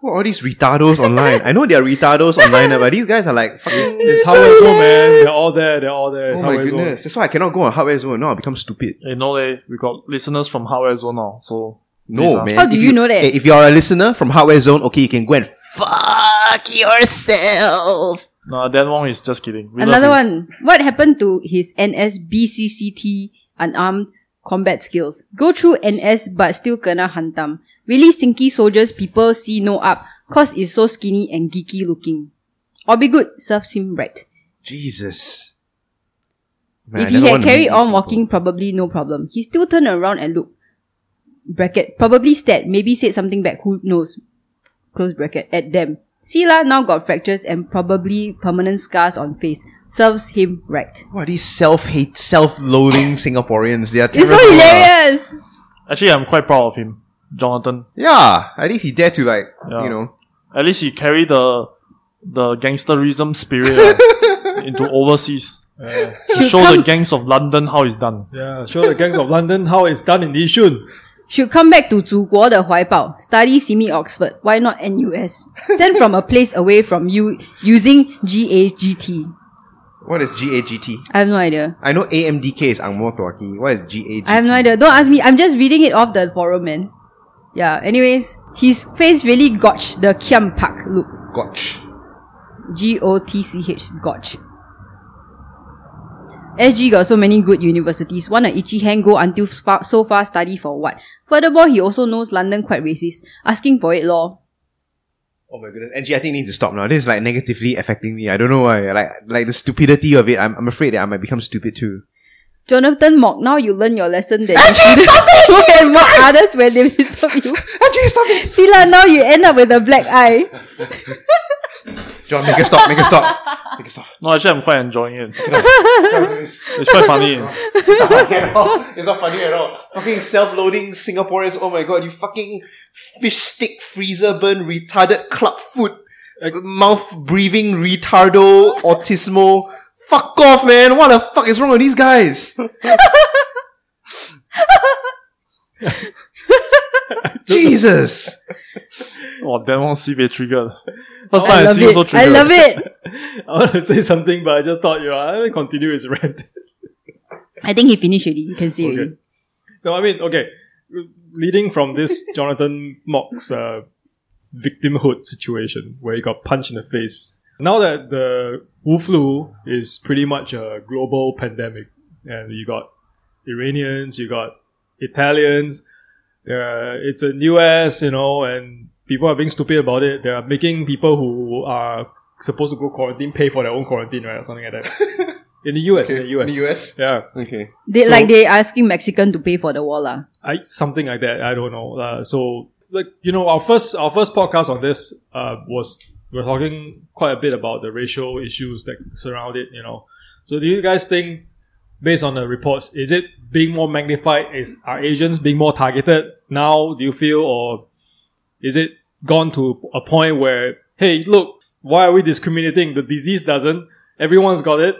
What are these retardos online? I know they are retardos online, ah, but these guys are like, fuck this.
It's Hardware Zone, man. They're all there. They're all there.
Oh
It's
my
Hardware Zone.
goodness. That's why I cannot go on hardware zone. Now I become stupid.
you know, they eh, we got listeners from Hardware Zone now. So please,
No,
ah.
man.
How do
If
you know that?
eh, If you are a listener from hardware zone, okay, you can go and fuck yourself.
No, Dan Wong is just kidding. We love
Another
you.
one. What happened to his NSBCCT unarmed combat skills? Go through NS but still kena hantam. Really sinky soldiers people see no up cause it's so skinny and geeky looking. Or be good, serves him right.
Jesus. Man, I
if he
never
had
want to meet
carried
these
on
people.
walking, probably no problem. He still turned around and looked. Bracket. Probably stared, maybe said something back, who knows. Close bracket. At them. See lah, now got fractures and probably permanent scars on face. Serves him right.
What are these self-hate, self-loathing Singaporeans? They are
It's so
terrible, ah.
hilarious.
Actually, I'm quite proud of him, Jonathan.
Yeah, at least he dared to like,
Yeah.
you know.
At least he carried the the gangsterism spirit ah, into overseas.
Yeah.
To show the gangs of London how it's done.
yeah. Show the gangs of London how it's done in Yishun.
Should come back to 祖国的怀抱. Study Simi Oxford. Why not NUS? Sent from a place away from you using GAGT.
What is GAGT?
I have no idea.
I know AMDK is Angmo Tuaki. What is GAGT?
I have no idea. Don't ask me. I'm just reading it off the forum, man. Yeah. Anyways, his face really gotch the Kiam Pak look.
Gotch.
G O T C H. Gotch. SG got so many good universities. Wanna itchy hand go until fa- so far study for what? Furthermore, he also knows London quite racist. Asking for it, law.
Oh my goodness, Angie, I think you need to stop now. This is like negatively affecting me. I don't know why. Like, like the stupidity of it. I'm, I'm afraid that I might become stupid too.
Jonathan Mock, now you learn your lesson that you stop it! others when they disturb you.
Actually, stop it.
See lah, now you end up with a black eye.
John, make a stop, make a stop. Make a stop.
No, actually, I'm quite enjoying it.
It's
It's quite funny.
not funny at all. It's not funny at all. Fucking self-loading Singaporeans. Oh my god, you fucking fish stick freezer burn retarded club foot. Mouth breathing retardo autismo. Fuck off, man. What the fuck is wrong with these guys? Jesus.
Oh, then one sibei triggered. First
Oh, I
time I,
love
see also
it.
triggered.
I love it.
I want to say something, but I just thought, you know, I'll continue his rant.
I think he finished already. You can see
Okay.
already.
No, I mean, okay. Leading from this Jonathan Mock's uh, victimhood situation where he got punched in the face. Now that the Wu flu is pretty much a global pandemic, and you got Iranians, you got Italians, uh, it's in US, you know, and people are being stupid about it. They are making people who are supposed to go quarantine pay for their own quarantine, right, or something like that. in the US, in the US,
In the US.
yeah.
Okay.
They,
So-
like they asking Mexican to pay for the wall ah. lah.
I something like that. I don't know. Uh, so like you know, our first our first podcast on this uh, was we are talking quite a bit about the racial issues that surround it. You know, so do you guys think, based on the reports, is it being more magnified? Is are Asians being more targeted now? Do you feel, or is it gone to a point where hey, look, why are we discriminating? The disease doesn't. Everyone's got it.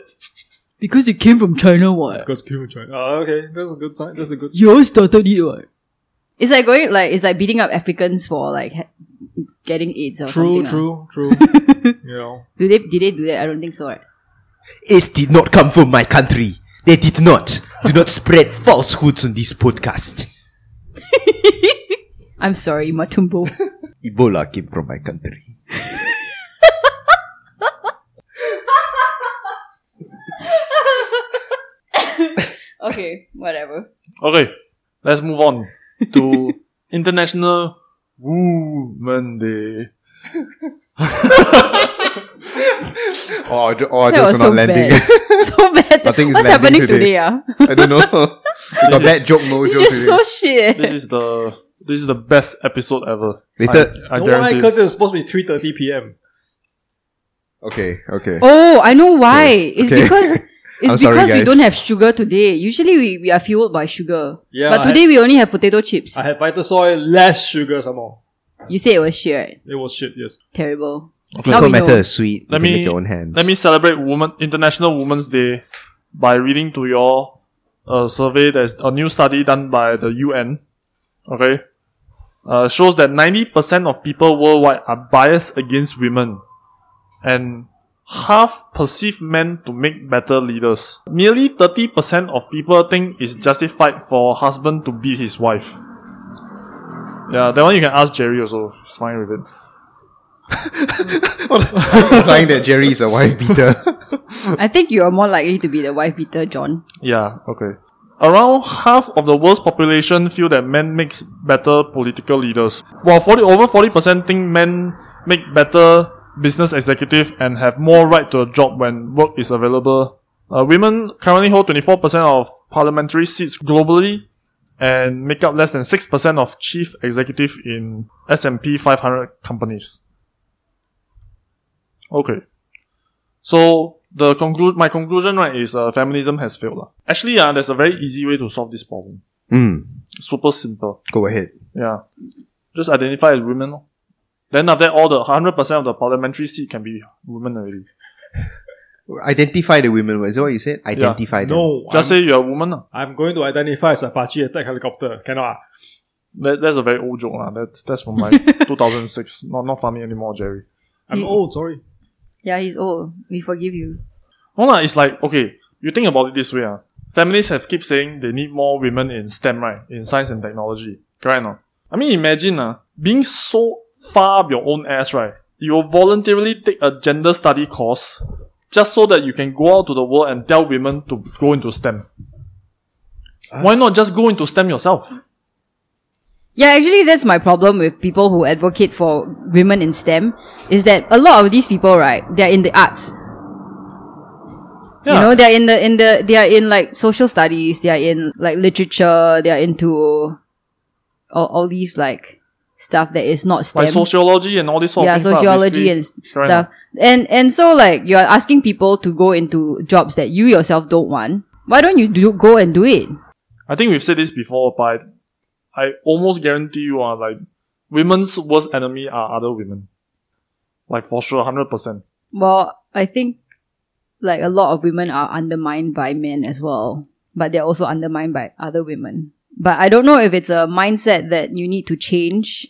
Because it came from China, what?
Because Kim Chong. Oh, okay, that's a good sign. That's a good.
You all started it, what? It's like going like it's like beating up Africans for like ha- getting AIDS or
True,
something. lah.
true, true. you know.
Do they did they do that? I don't think so. Right?
It did not come from my country. They did not. Do not spread falsehoods on this podcast.
I'm sorry, Matumbo.
Ebola came from my country.
okay, whatever.
Okay, let's move on to International Women Day.
Oh, the- oh,
That
jokes
was
are
so
not landing.
bad. so bad.
Nothing is
What's
landing
happening
today.
today? Ah,
I don't know. we got bad joke mojo
it's just
today.
so shit.
This is the this is the best episode ever.
Later.
I, I
no, why?
guarantee.
Because it was supposed to be 3.30 p.m.
okay, okay.
Oh, I know why. It's
Okay.
because
I'm
it's
sorry,
because we
guys.
don't have sugar today. Usually we, we are fueled by sugar.
Yeah,
but
I-
today we only have potato chips.
I had Vitasoy, less sugar somehow.
you said it was shit, right?
It was shit, yes.
Terrible. Now
Fecal
we know.
matter is sweet.
let
you can
me
make your own hands.
let me celebrate Woman International Women's Day by reading to you all a survey that's a new study done by the UN. Okay, uh, shows that ninety percent of people worldwide are biased against women, and half perceive men to make better leaders. Nearly thirty percent of people think it's justified for husband to beat his wife. Yeah, that one you can ask Jerry also. He's fine with it.
Implying that Jerry is a wife beater.
I think you are more likely to be the wife beater, John.
Yeah, okay. Around half of the world's population feel that men makes better political leaders, while 40, over 40% think men make better business executive and have more right to a job when work is available. Uh, women currently hold 24% of parliamentary seats globally and make up less than 6% of chief executive in S&P 500 companies. Okay. So the conclu- my conclusion right is uh, feminism has failed. lah. Actually, uh, there's a very easy way to solve this problem.
mm,
Super simple.
go ahead.
Yeah. Just identify as women. lor. Then after that, all the 100% of the parliamentary seat can be women already.
Identify the women. Is that what you said? Identify them.
No,
Just
I'm,
say you're a woman. lah.
I'm going to identify as Apache attack helicopter. Cannot. ah?
That, that's a very old joke. lah. That, that's from like 2006. Not, not funny anymore, Jerry.
I'm
Mm.
old, sorry.
Yeah, he's old. We forgive you.
No, lah, it's like, okay, you think about it this way. ah. Feminists have keep saying they need more women in STEM, right? In science and technology. Correct or not? I mean, imagine ah, being so far up your own ass, right? You will voluntarily take a gender study course just so that you can go out to the world and tell women to go into STEM. Why not just go into STEM yourself?
Yeah, actually, that's my problem with people who advocate for women in STEM is that a lot of these people, right, they're in the arts.
Yeah.
You know, they're in the in the they are in like social studies, they are in like literature, they are into all, all these like stuff that is not STEM.
Like sociology and all this sort
yeah,
of things. lah,
sociology
basically.
and s-
Correct.
stuff. And and so like you are asking people to go into jobs that you yourself don't want. Why don't you do go and do it?
I think we've said this before, but I almost guarantee you are like women's worst enemy are other women. Like for sure, hundred percent.
Well, I think like a lot of women are undermined by men as well, but they're also undermined by other women. But I don't know if it's a mindset that you need to change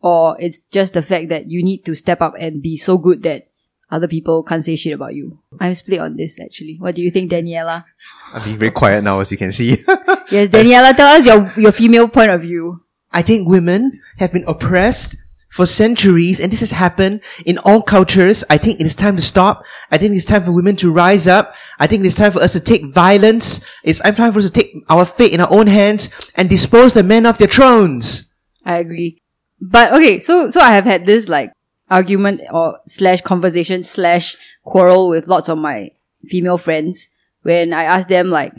or it's just the fact that you need to step up and be so good that other people can't say shit about you. I'm split on this actually. What do you think, Daniela?
I'm being very quiet now, as you can see.
Yes, Daniela, tell us your, your female point of view.
I think women have been oppressed for centuries and this has happened in all cultures. I think it is time to stop. I think it's time for women to rise up. I think it's time for us to take violence. It's time for us to take our fate in our own hands and dispose the men off their thrones.
I agree. But okay, so so I have had this like argument or slash conversation slash quarrel with lots of my female friends when I ask them like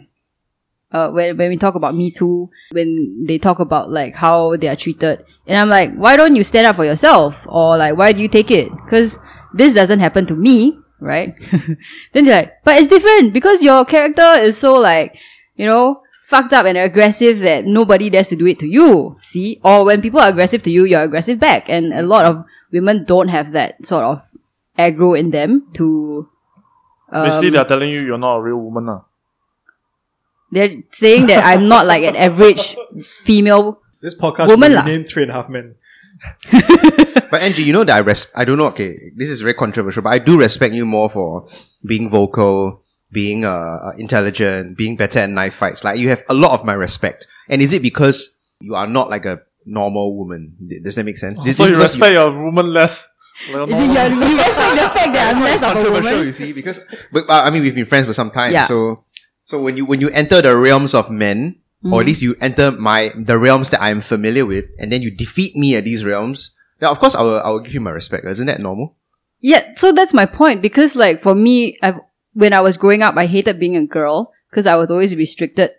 uh when when we talk about Me Too, when they talk about like how they are treated, and I'm like, why don't you stand up for yourself? Or like why do you take it? Because this doesn't happen to me, right? then they're like, but it's different because your character is so like you know, fucked up and aggressive that nobody dares to do it to you. See? Or when people are aggressive to you, you're aggressive back. And a lot of women don't have that sort of aggro in them to,
Basically,
Um,
they're telling you you're not a real woman. ah. lah.
they're saying that I'm not like an average female.
This podcast
Woman
will
lah.
be named Three and a Half Men.
But Angie, you know that I res- I don't know, okay, this is very controversial, but I do respect you more for being vocal, being uh, intelligent, being better at knife fights. Like you have a lot of my respect. And is it because you are not like a normal woman? Does that make sense?
So you Oh, respect your woman less. Like,
You
no,
respect the fact that I'm less of a
controversial,
woman.
you see, because but, uh, I mean we've been friends for some time,
Yeah.
so so when you when you enter the realms of men, or at least you enter my the realms that I'm familiar with, and then you defeat me at these realms. Now, of course, I will I will give you my respect. Isn't that normal?
Yeah, so that's my point because like for me, I've, when I was growing up, I hated being a girl because I was always restricted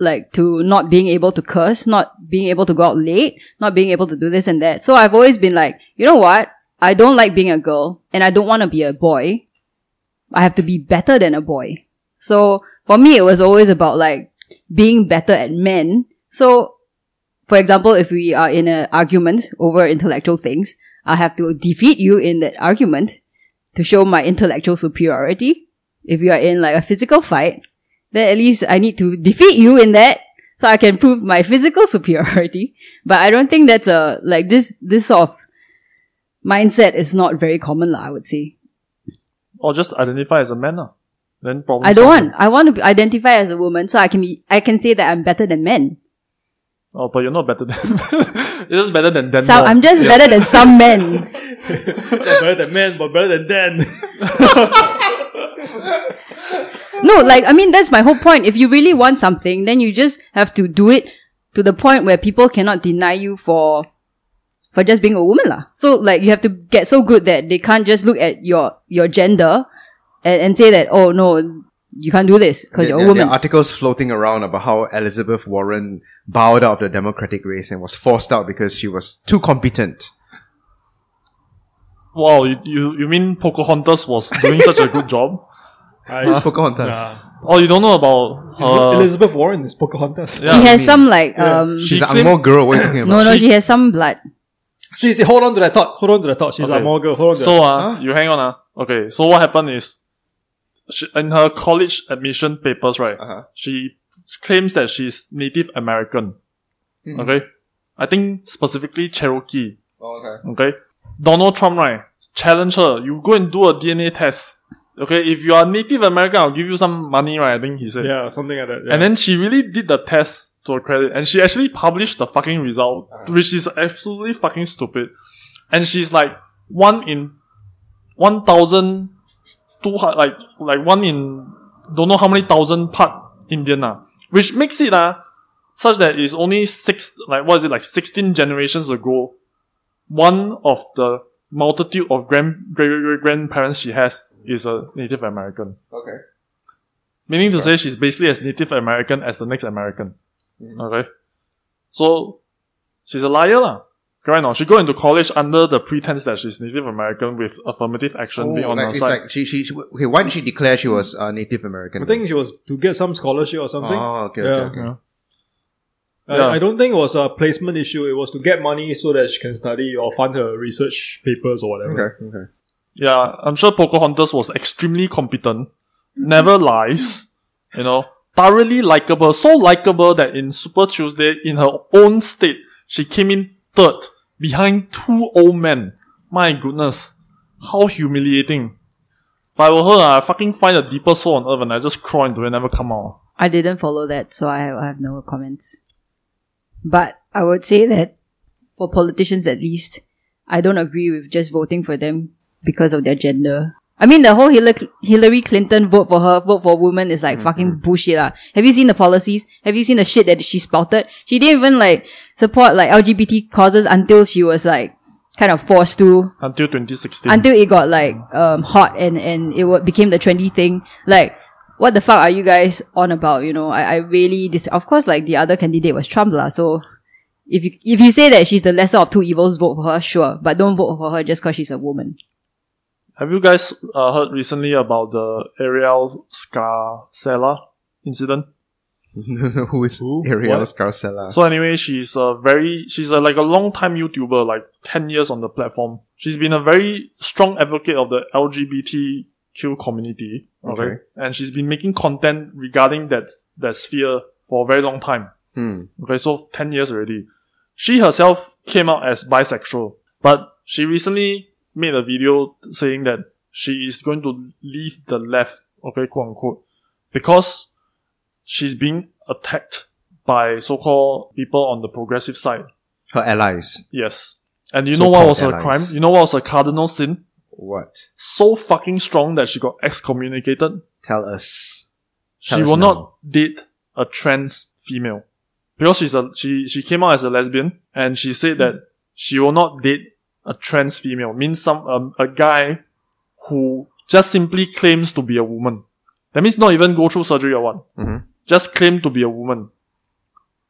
like to not being able to curse, not being able to go out late, not being able to do this and that. So I've always been like, you know what? I don't like being a girl and I don't want to be a boy. I have to be better than a boy. So for me, it was always about like being better at men. So for example, if we are in an argument over intellectual things, I have to defeat you in that argument to show my intellectual superiority. If you are in like a physical fight, then at least I need to defeat you in that so I can prove my physical superiority. But I don't think that's a, like this, this sort of mindset is not very common, lah. I would say.
or just identify as a man. lah. Then problem.
I don't
solved.
want, I want to be- identify as a woman so I can be, I can say that I'm better than men.
Oh, but you're not better than. you're just better than them.
So I'm just better than some men.
better than men, but better than Dan.
No, like I mean that's my whole point. If you really want something, then you just have to do it to the point where people cannot deny you for for just being a woman lah. So like you have to get so good that they can't just look at your your gender and, and say that oh no you can't do this because
There-
you're a
there-
woman.
There are articles floating around about how Elizabeth Warren bowed out of the Democratic race and was forced out because she was too competent.
Wow, you, you you mean Pocahontas was doing such a good job?
I,
Who's Pocahontas?
nah.
Oh, you don't know about her.
Elizabeth Warren is Pocahontas.
Uh, Yeah.
she
I
has
mean,
some like
yeah.
um
She
She's an
claimed-
Angmo girl. What are you talking about?
no no
she-
she has some blood.
She's hold on to that thought. Hold on to that thought. She's
Okay.
a more girl. Hold on to that.
So uh,
Huh?
you hang on uh. Okay, so what happened is, she, in her college admission papers, right?
Uh-huh.
She claims that she's Native American.
Hmm.
Okay, I think specifically Cherokee.
Oh, okay.
Okay, Donald Trump, right? Challenge her. You go and do a DNA test. Okay, if you are Native American, I'll give you some money, right? I think he said.
yeah, something like that. yeah.
And then she really did the test to her credit, and she actually published the fucking result, which is absolutely fucking stupid. And she's like one in one thousand two hundred, like like one in don't know how many thousand part Indian ah, which makes it ah such that it's only six like what is it like sixteen generations ago, one of the multitude of grand great great- great grandparents she has is a Native American.
Okay.
Meaning to say she's basically as Native American as the next American.
Mm-hmm.
Okay? So, she's a liar lah. Correct or not? She go into college under the pretense that she's Native American with affirmative action being
Oh,
on
like,
her
it's
side.
like she, she, she- okay. Why did she declare she was uh, Native American?
I think she was to get some scholarship or something.
Uh-huh.
Oh, okay,
Yeah.
okay, okay.
I,
Yeah.
I don't think it was a placement issue. It was to get money so that she can study or fund her research papers or whatever.
Okay, okay.
Yeah, I'm sure Pocahontas was extremely competent, never lies, you know, thoroughly likable, so likable that in Super Tuesday, in her own state, she came in third, behind two old men. My goodness, how humiliating. If I were her, I fucking find a deeper soul on earth and I just crawl into it and never come out.
I didn't follow that, so I have, I have no comments. But I would say that for politicians at least, I don't agree with just voting for them because of their gender. I mean, the whole Hillary- Hillary Clinton vote for her, vote for a woman is like fucking bullshit. lah. Have you seen the policies? Have you seen the shit that she spouted? She didn't even like support like LGBT causes until she was like kind of forced to
Until 2016.
until it got like um hot and and it wa- became the trendy thing like what the fuck are you guys on about you know i, I really dis- of course like the other candidate was trump lah so if you if you say that she's the lesser of two evils vote for her sure but don't vote for her just because she's a woman
Have you guys uh, heard recently about the Ariel Scarcella incident?
Who is
Who?
Ariel
What?
Scarcella?
So anyway, she's a very she's a, like a long time YouTuber, like ten years on the platform. She's been a very strong advocate of the LGBTQ community. Okay,
Okay.
and she's been making content regarding that that sphere for a very long time.
Hmm.
Okay, so 10 years already. She herself came out as bisexual, but she recently made a video saying that she is going to leave the left, okay, quote unquote, because she's being attacked by so-called people on the progressive side.
Her allies.
Yes. And you know what
So-called
was her
allies.
crime? You know what was her cardinal sin?
What?
So fucking strong that she got excommunicated.
Tell us.
she
Tell us
will
now.
not date a trans female because she's a she she came out as a lesbian and she said
Mm.
that she will not date a trans female means some um, a guy who just simply claims to be a woman that means not even go through surgery or what
Mhm.
just claim to be a woman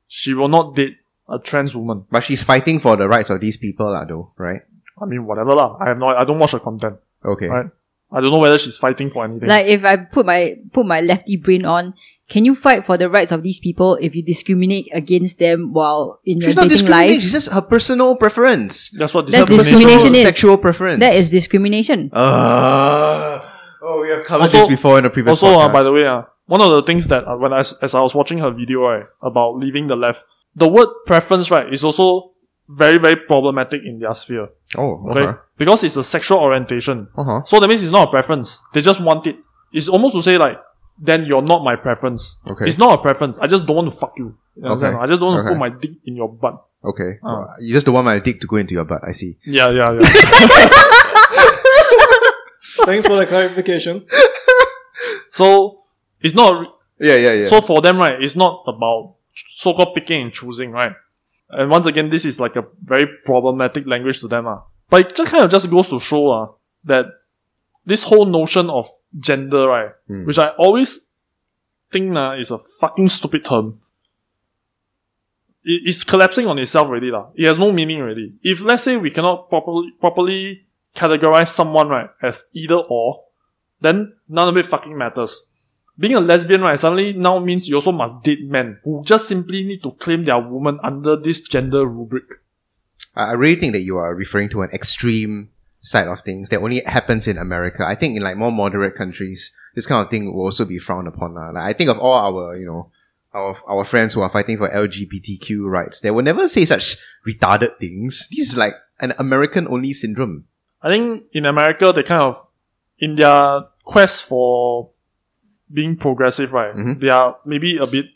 she will not date a trans woman
But she's fighting for the rights of these people, lah, though, right?
i mean whatever lah i have no i don't watch her content
Okay.
Right. i don't know whether she's fighting for anything
like if i put my put my lefty brain on can you fight for the rights of these people if you discriminate against them while in
She's
your
not
dating
discriminating.
life
She's just her personal preference.
that's what
That's
discrimination
discrimination
is.
is.
Sexual preference.
that is discrimination
Uh, oh, we have covered
Also-
this before in a previous
also, uh,
podcast.
by the way, uh, one of the things that uh, when I, s- as I was watching her video right, about leaving the left, the word preference right is also very very problematic in their sphere,
oh,
okay?
okay.
Because it's a sexual orientation.
Uh-huh.
So that means it's not a preference. They just want it. It's almost to say like, then you're not my preference.
Okay.
It's not a preference. I just don't want to fuck you. You know what I'm
Okay.
saying? I just don't want to put
Okay.
my dick in your butt.
Okay.
Oh.
Well, you just don't want my dick to go into your butt. I see.
Yeah, yeah, yeah.
Thanks for the clarification.
so it's not. a re-
Yeah, yeah, yeah.
So for them, right, it's not about so-called picking and choosing, right? And once again, this is like a very problematic language to them, ah. But it just kind of just goes to show, ah, that this whole notion of gender, right,
Hmm.
which I always think, ah, is a fucking stupid term. It, it's collapsing on itself already, lah. It has no meaning already. If let's say we cannot properly properly categorize someone, right, as either or, then none of it fucking matters being a lesbian, right, suddenly now means you also must date men who just simply need to claim their woman under this gender rubric.
I I really think that you are referring to an extreme side of things that only happens in America. I think in like more moderate countries, this kind of thing will also be frowned upon. lah. Like I think of all our, you know, our our friends who are fighting for LGBTQ rights, they will never say such retarded things. This is like an American only syndrome.
I think in America, they kind of, in their quest for being progressive, right,
Mhm.
they are maybe a bit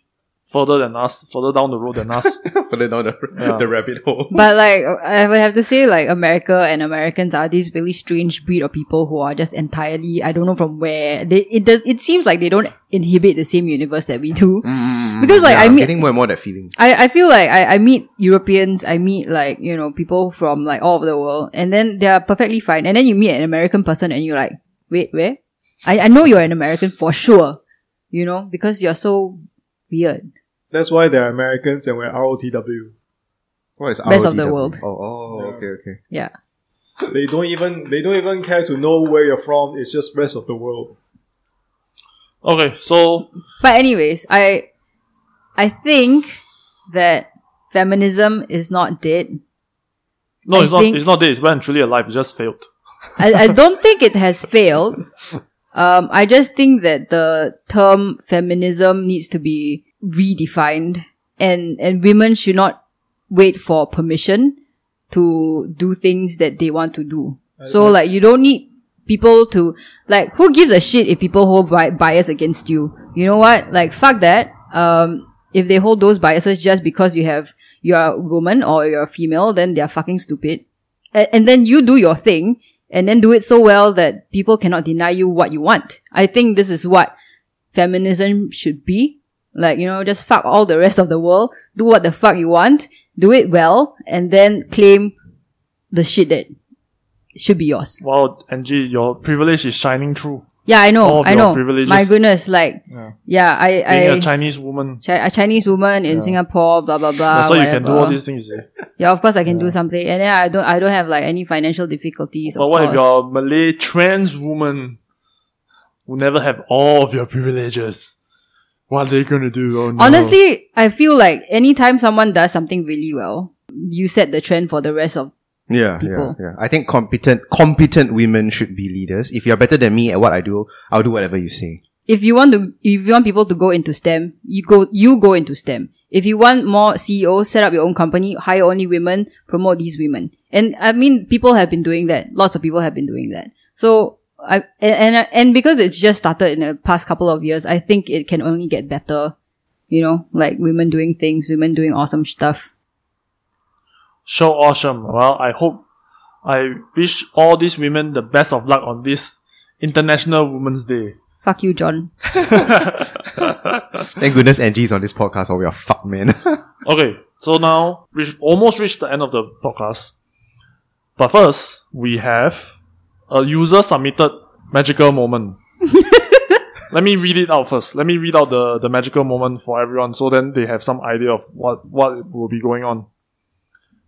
further than us, further down the road than us.
Put it down the,
Yeah.
the rabbit hole.
But like, I would have to say, like, America and Americans are this really strange breed of people who are just entirely, I don't know from where they. It does. It seems like they don't inhabit the same universe that we do.
Mm,
Because, like,
yeah,
I
I'm
mean-
getting more and more that feeling.
I, I feel like I, I meet Europeans, I meet like, you know, people from like all over the world and then they're perfectly fine. And then you meet an American person and you're like, wait, where? I, I know you're an American for sure. you know, because you're so weird.
That's why they're Americans and we're ROTW.
What is
Best of the
ROTW?
world.
Oh, oh, okay, okay.
Yeah.
They don't even they don't even care to know where you're from. It's just rest of the world.
Okay, so
But anyways, I I think that feminism is not dead.
no,
I
it's not.
think-
It's not dead. It's well and truly alive. It just failed.
I, I don't think it has failed. Um, I just think that the term feminism needs to be redefined and, and women should not wait for permission to do things that they want to do. So like you don't need people to like who gives a shit if people hold bi- bias against you? You know what? Like fuck that. Um, if they hold those biases just because you have you're a woman or you're a female, then they're fucking stupid and, and then you do your thing and then do it so well that people cannot deny you what you want. I think this is what feminism should be. Like, you know, just fuck all the rest of the world, do what the fuck you want, do it well, and then claim the shit that should be yours.
Wow, Angie, your privilege is shining through.
Yeah, I
All
know,
of
I
your
know.
privileges.
My goodness, like,
Yeah.
yeah, I,
Being a
I,
Chinese woman,
Chi- a Chinese woman in Singapore, blah blah blah.
that's why you can do
Ah, whatever.
all these things. eh?
Yeah, of course I can do something, and then I don't, I don't have like any financial difficulties.
But
of
what if
course.
you're a Malay trans woman who never have all of your privileges? What are they gonna do? Oh, no.
Honestly, I feel like anytime someone does something really well, you set the trend for the rest of.
Yeah,
People.
yeah, yeah. I think competent, competent women should be leaders. If you're better than me at what I do, I'll do whatever you say.
If you want to, if you want people to go into STEM, you go, you go into STEM. If you want more CEOs, set up your own company, hire only women, promote these women. And I mean, people have been doing that. Lots of people have been doing that. So I, and, and, and because it's just started in the past couple of years, I think it can only get better. You know, like women doing things, women doing awesome stuff.
so awesome. Well, I hope, I wish all these women the best of luck on this International Women's Day.
Fuck you, John.
Thank goodness Angie's on this podcast, or we are fucked, man.
Okay, so now we almost reached the end of the podcast. But first, we have a user submitted magical moment. Let me read it out first. Let me read out the, the magical moment for everyone so then they have some idea of what, what will be going on.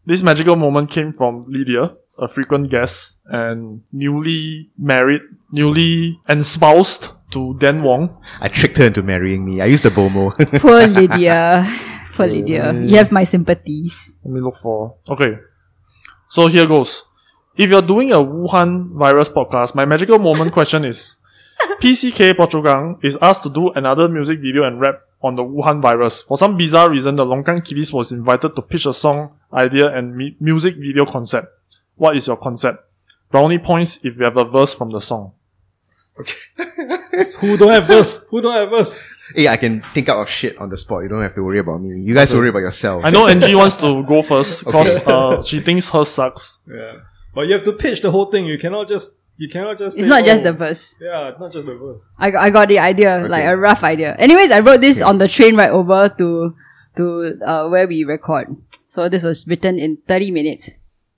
This magical moment came from Lydia, a frequent guest and newly married, newly espoused to Dan Wong.
I tricked her into marrying me. I used the BOMO.
Poor Lydia. Poor Lydia. You have my sympathies.
Let me look for. Okay. So here goes. If you're doing a Wuhan virus podcast, my magical moment question is PCK Portugang is asked to do another music video and rap on the Wuhan virus. For some bizarre reason, the Longkang Kiddies was invited to pitch a song idea and mu- music video concept. What is your concept? Brownie points if you have a verse from the song.
who don't have verse? Who don't have verse?
hey, I can think out of shit on the spot. You don't have to worry about me. You guys worry about yourselves.
I know Angie wants to go first because uh, she thinks her sucks.
Yeah. But you have to pitch the whole thing. You cannot just you cannot just.
It's
say,
not just
"Oh."
the verse.
Yeah, it's not just the verse.
I got, I got the idea, like a rough idea. Anyways, I wrote this on the train right over to to uh, where we record. So this was written in 30 minutes.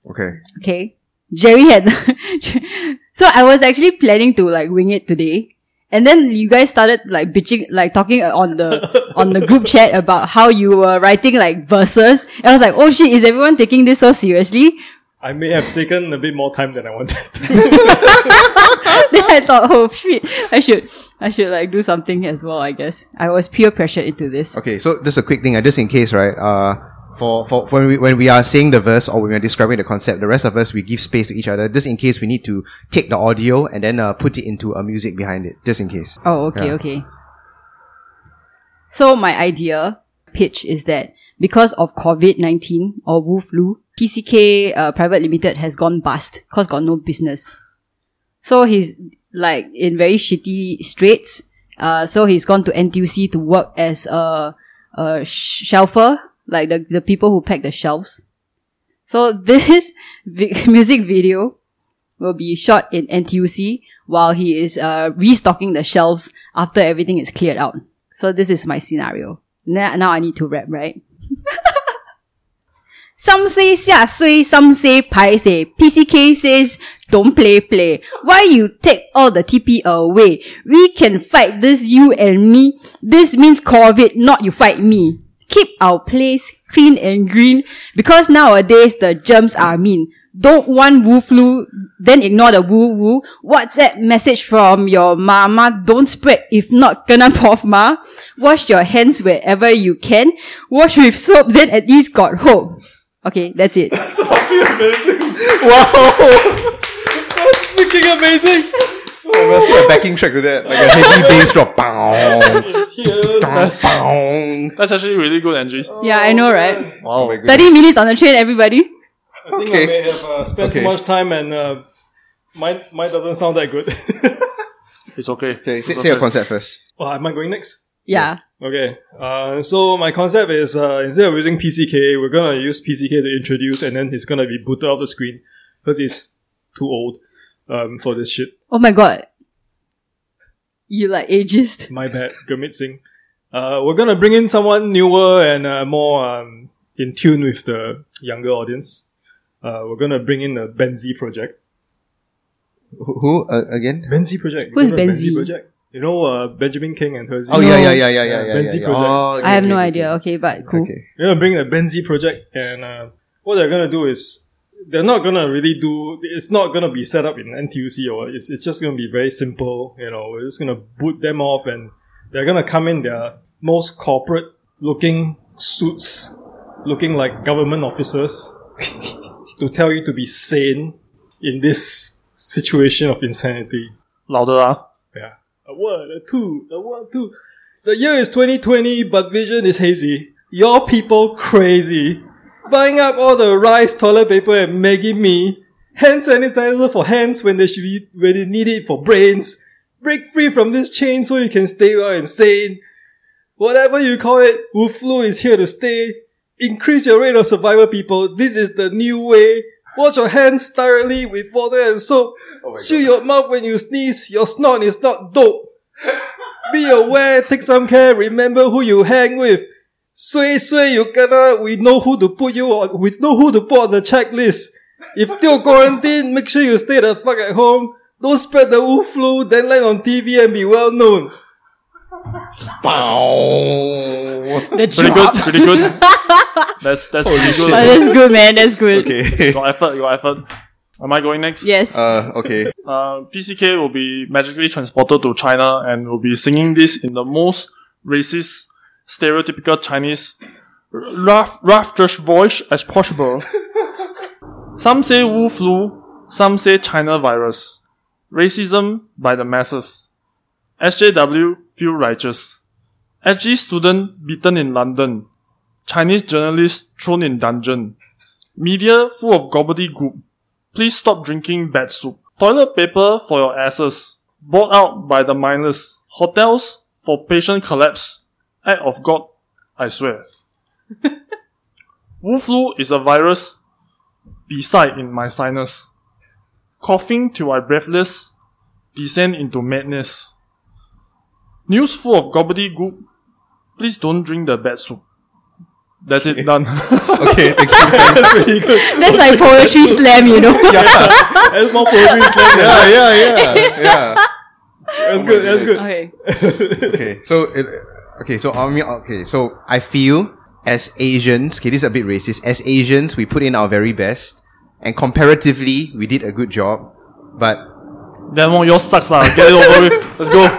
Okay.
Okay. Jerry had So I was actually planning to like wing it today. And then you guys started like bitching, like talking on the, on the group chat about how you were writing like verses. And I was like, oh shit, is everyone taking this so seriously?
I may have taken a bit more time than I wanted. to.
then I thought, oh shit, I should, I should like do something as well. I guess I was peer pressured into this.
Okay, so just a quick thing, uh, just in case, right? Uh, for, for, for when, we, when we are saying the verse or when we are describing the concept, the rest of us, we give space to each other, just in case we need to take the audio and then uh, put it into a music behind it, just in case.
Oh, okay,
Yeah.
okay. So my idea pitch is that because of COVID nineteen or Wu flu, PCK uh, Private Limited has gone bust because got no business. So he's like in very shitty straits. Uh, so he's gone to NTUC to work as a, a sh- shelfer, like the, the people who pack the shelves. So this vi- music video will be shot in NTUC while he is uh, restocking the shelves after everything is cleared out. So this is my scenario. Now, now I need to rap, right? Some say xia sui, some say pai say. PCK says don't play play. Why you take all the TP away? We can fight this you and me. This means COVID, not you fight me. Keep our place clean and green because nowadays the germs are mean. Don't want woo flu, then ignore the woo woo. WhatsApp message from your mama, don't spread if not gonna pop ma. Wash your hands wherever you can. Wash with soap, then at least got hope. Okay, that's it.
It's fucking amazing.
Wow!
That's freaking amazing.
Let's Oh, put a backing track to that, like a heavy bass drop. Bow,
That's,
bow.
that's actually really good, Angie.
yeah, I know, right?
Wow, Oh my goodness.
30 minutes on the train, everybody.
I think
Okay.
I may have uh, spent
Okay.
too much time and uh, mine, mine doesn't sound that good.
It's okay.
Okay,
It's
say, say your
okay.
concept first.
well, am I going next?
Yeah.
Okay, uh, so my concept is uh, instead of using PCK, we're gonna use PCK to introduce, and then he's gonna be booted off the screen because he's too old um, for this shit.
Oh my god. You like ageist.
My bad, Gurmit Singh. Uh, we're gonna bring in someone newer and uh, more um, in tune with the younger audience. Uh, we're gonna bring in the Benzi project.
Who, who uh, again?
Benzi project.
Who's
Remember
Benzi?
project. You know uh, Benjamin King and Herzi.
Oh yeah, yeah, yeah, yeah,
Yeah,
yeah, yeah.
Benzi
yeah.
project.
Oh, okay,
I have
okay,
no
okay,
idea. Okay, but cool.
Okay.
They're gonna bring the Benzi project, and uh, what they're gonna do is they're not gonna really do. It's not gonna be set up in NTUC or it's it's just gonna be very simple. You know, we're just gonna boot them off, and they're gonna come in their most corporate looking suits, looking like government officers, to tell you to be sane in this situation of insanity.
老的啊。
Yeah. A one, a two, a one, two. The year is 2020, but vision is hazy. Your people crazy. Buying up all the rice, toilet paper, and Maggie me. Hand sanitizer for hands when they should be, when they need it for brains. Break free from this chain so you can stay well and sane. Whatever you call it, Wu flu is here to stay. Increase your rate of survival, people. This is the new way. Wash your hands thoroughly with water and soap. Chew your mouth when you sneeze. Your snot is not dope. Be aware, take some care, remember who you hang with. Sway, sway, you gonna, we know who to put you on, we know who to put on the checklist. If still quarantine, make sure you stay the fuck at home. Don't spread the Wu flu, then land on TV and be well known.
Bow.
The
Pretty
drop.
good. Pretty good. That's that's pretty
Oh,
good.
that's good, man. That's good.
Okay.
Your effort. Your effort. Am I going next?
Yes.
Uh, okay.
uh, PCK will be magically transported to China and will be singing this in the most racist, stereotypical Chinese rough, rough Dutch voice as possible. some say Wu flu, some say China virus. Racism by the masses. SJW feel righteous. SG student beaten in London. Chinese journalist thrown in dungeon. Media full of gobbledygook. Please stop drinking bad soup. Toilet paper for your asses. Bought out by the miners. Hotels for patient collapse. Act of God, I swear. Wu flu is a virus beside in my sinus. Coughing till I breathless, descend into madness. News full of gobbledygook. Please don't drink the bad soup. That's it, done.
Okay. Thank you.
That's like poetry slam, you know.
That's more poetry slam. than-
yeah, yeah, yeah, yeah.
That's good, that's good.
Okay.
Okay. So, it, okay. So, I mean, okay. So, I feel as Asians, okay, this is a bit racist. As Asians, we put in our very best, and comparatively, we did a good job. But
then one yours sucks lah. Get it over with. Let's go.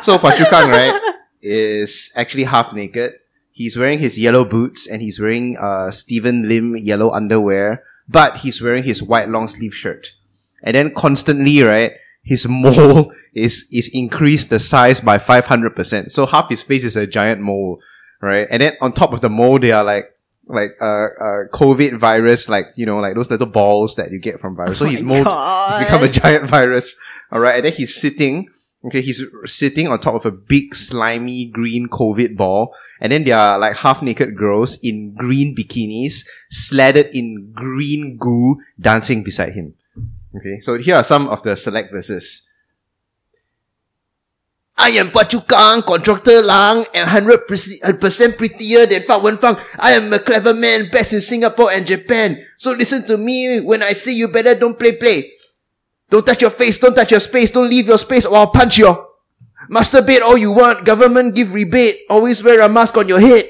so Pachukang, right, is actually half naked. He's wearing his yellow boots and he's wearing uh Stephen Lim yellow underwear, but he's wearing his white long sleeve shirt. And then constantly, right, his mole is is increased the size by five hundred percent. So half his face is a giant mole, right? And then on top of the mole, they are like like uh, uh COVID virus, like you know, like those little balls that you get from virus. So his mole has become a giant virus. All right, and then he's sitting. Okay, he's sitting on top of a big slimy green COVID ball, and then there are like half naked girls in green bikinis, slathered in green goo, dancing beside him. Okay, so here are some of the select verses. I am Pachukang, contractor lang, and 100% prettier than Fang Wen Fang. I am a clever man, best in Singapore and Japan. So listen to me when I say you better don't play play. Don't touch your face, don't touch your space, don't leave your space or I'll punch you. Masturbate all you want, government give rebate, always wear a mask on your head.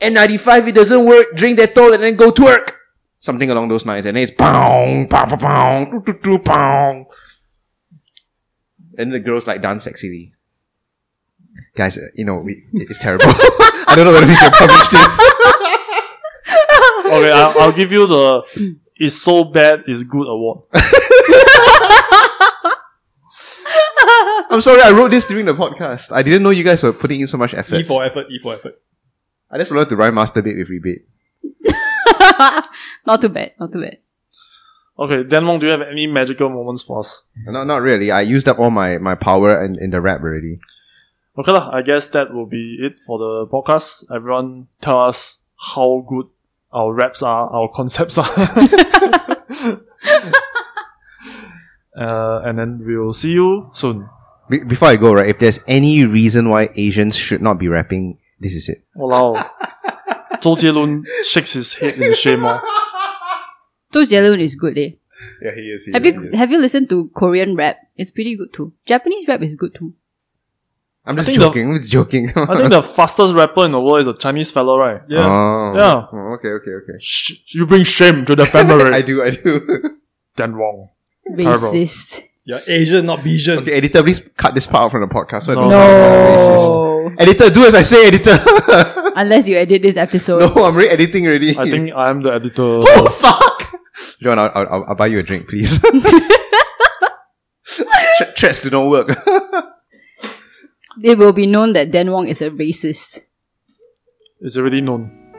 N95, it doesn't work, drink that toll and then go to work. Something along those lines, and then it's pow, pow, pow, pow, doo, doo, doo, pow. And the girls like dance sexily. Guys, uh, you know, we, it's terrible. I don't know whether we can publish this.
Okay, I'll, I'll give you the "It's so bad, it's good" award.
I'm sorry, I wrote this during the podcast. I didn't know you guys were putting in so much effort.
E for effort, E for effort.
I just learned to rhyme masturbate with rebate.
not too bad, not too bad.
Okay, Denmong, do you have any magical moments for us?
No, not really. I used up all my, my power in, in the rap already.
Okay, lah, I guess that will be it for the podcast. Everyone tell us how good our raps are, our concepts are. uh, and then we'll see you soon.
Be- before I go, right, if there's any reason why Asians should not be rapping, this is it.
Wow. Zhou Jielun shakes his head in shame. Oh.
Zhou Jielun is good, eh?
Yeah, he is. He
Have you have you listened to Korean rap? It's pretty good too. Japanese rap is good too.
I
I'm just
think the-
joking. I'm just joking.
I think the fastest rapper in the world is a Chinese fellow, right?
Yeah.
Oh.
Yeah.
Oh, okay, okay, okay.
Sh- you bring shame to the family.
I do, I do.
Dan Wong. Terrible.
Racist.
You're Asian, not Bijan.
okay, editor, please cut this part out from the podcast. So it
No.
doesn't sound racist. Editor, do as I say, editor.
Oh. Unless you edit this episode.
no, I'm re editing already.
I think I'm the editor.
Oh, fuck! John, I'll, I'll, I'll buy you a drink, please. Tr- Threats do not work.
It will be known that Dan Wong is a racist.
It's already known.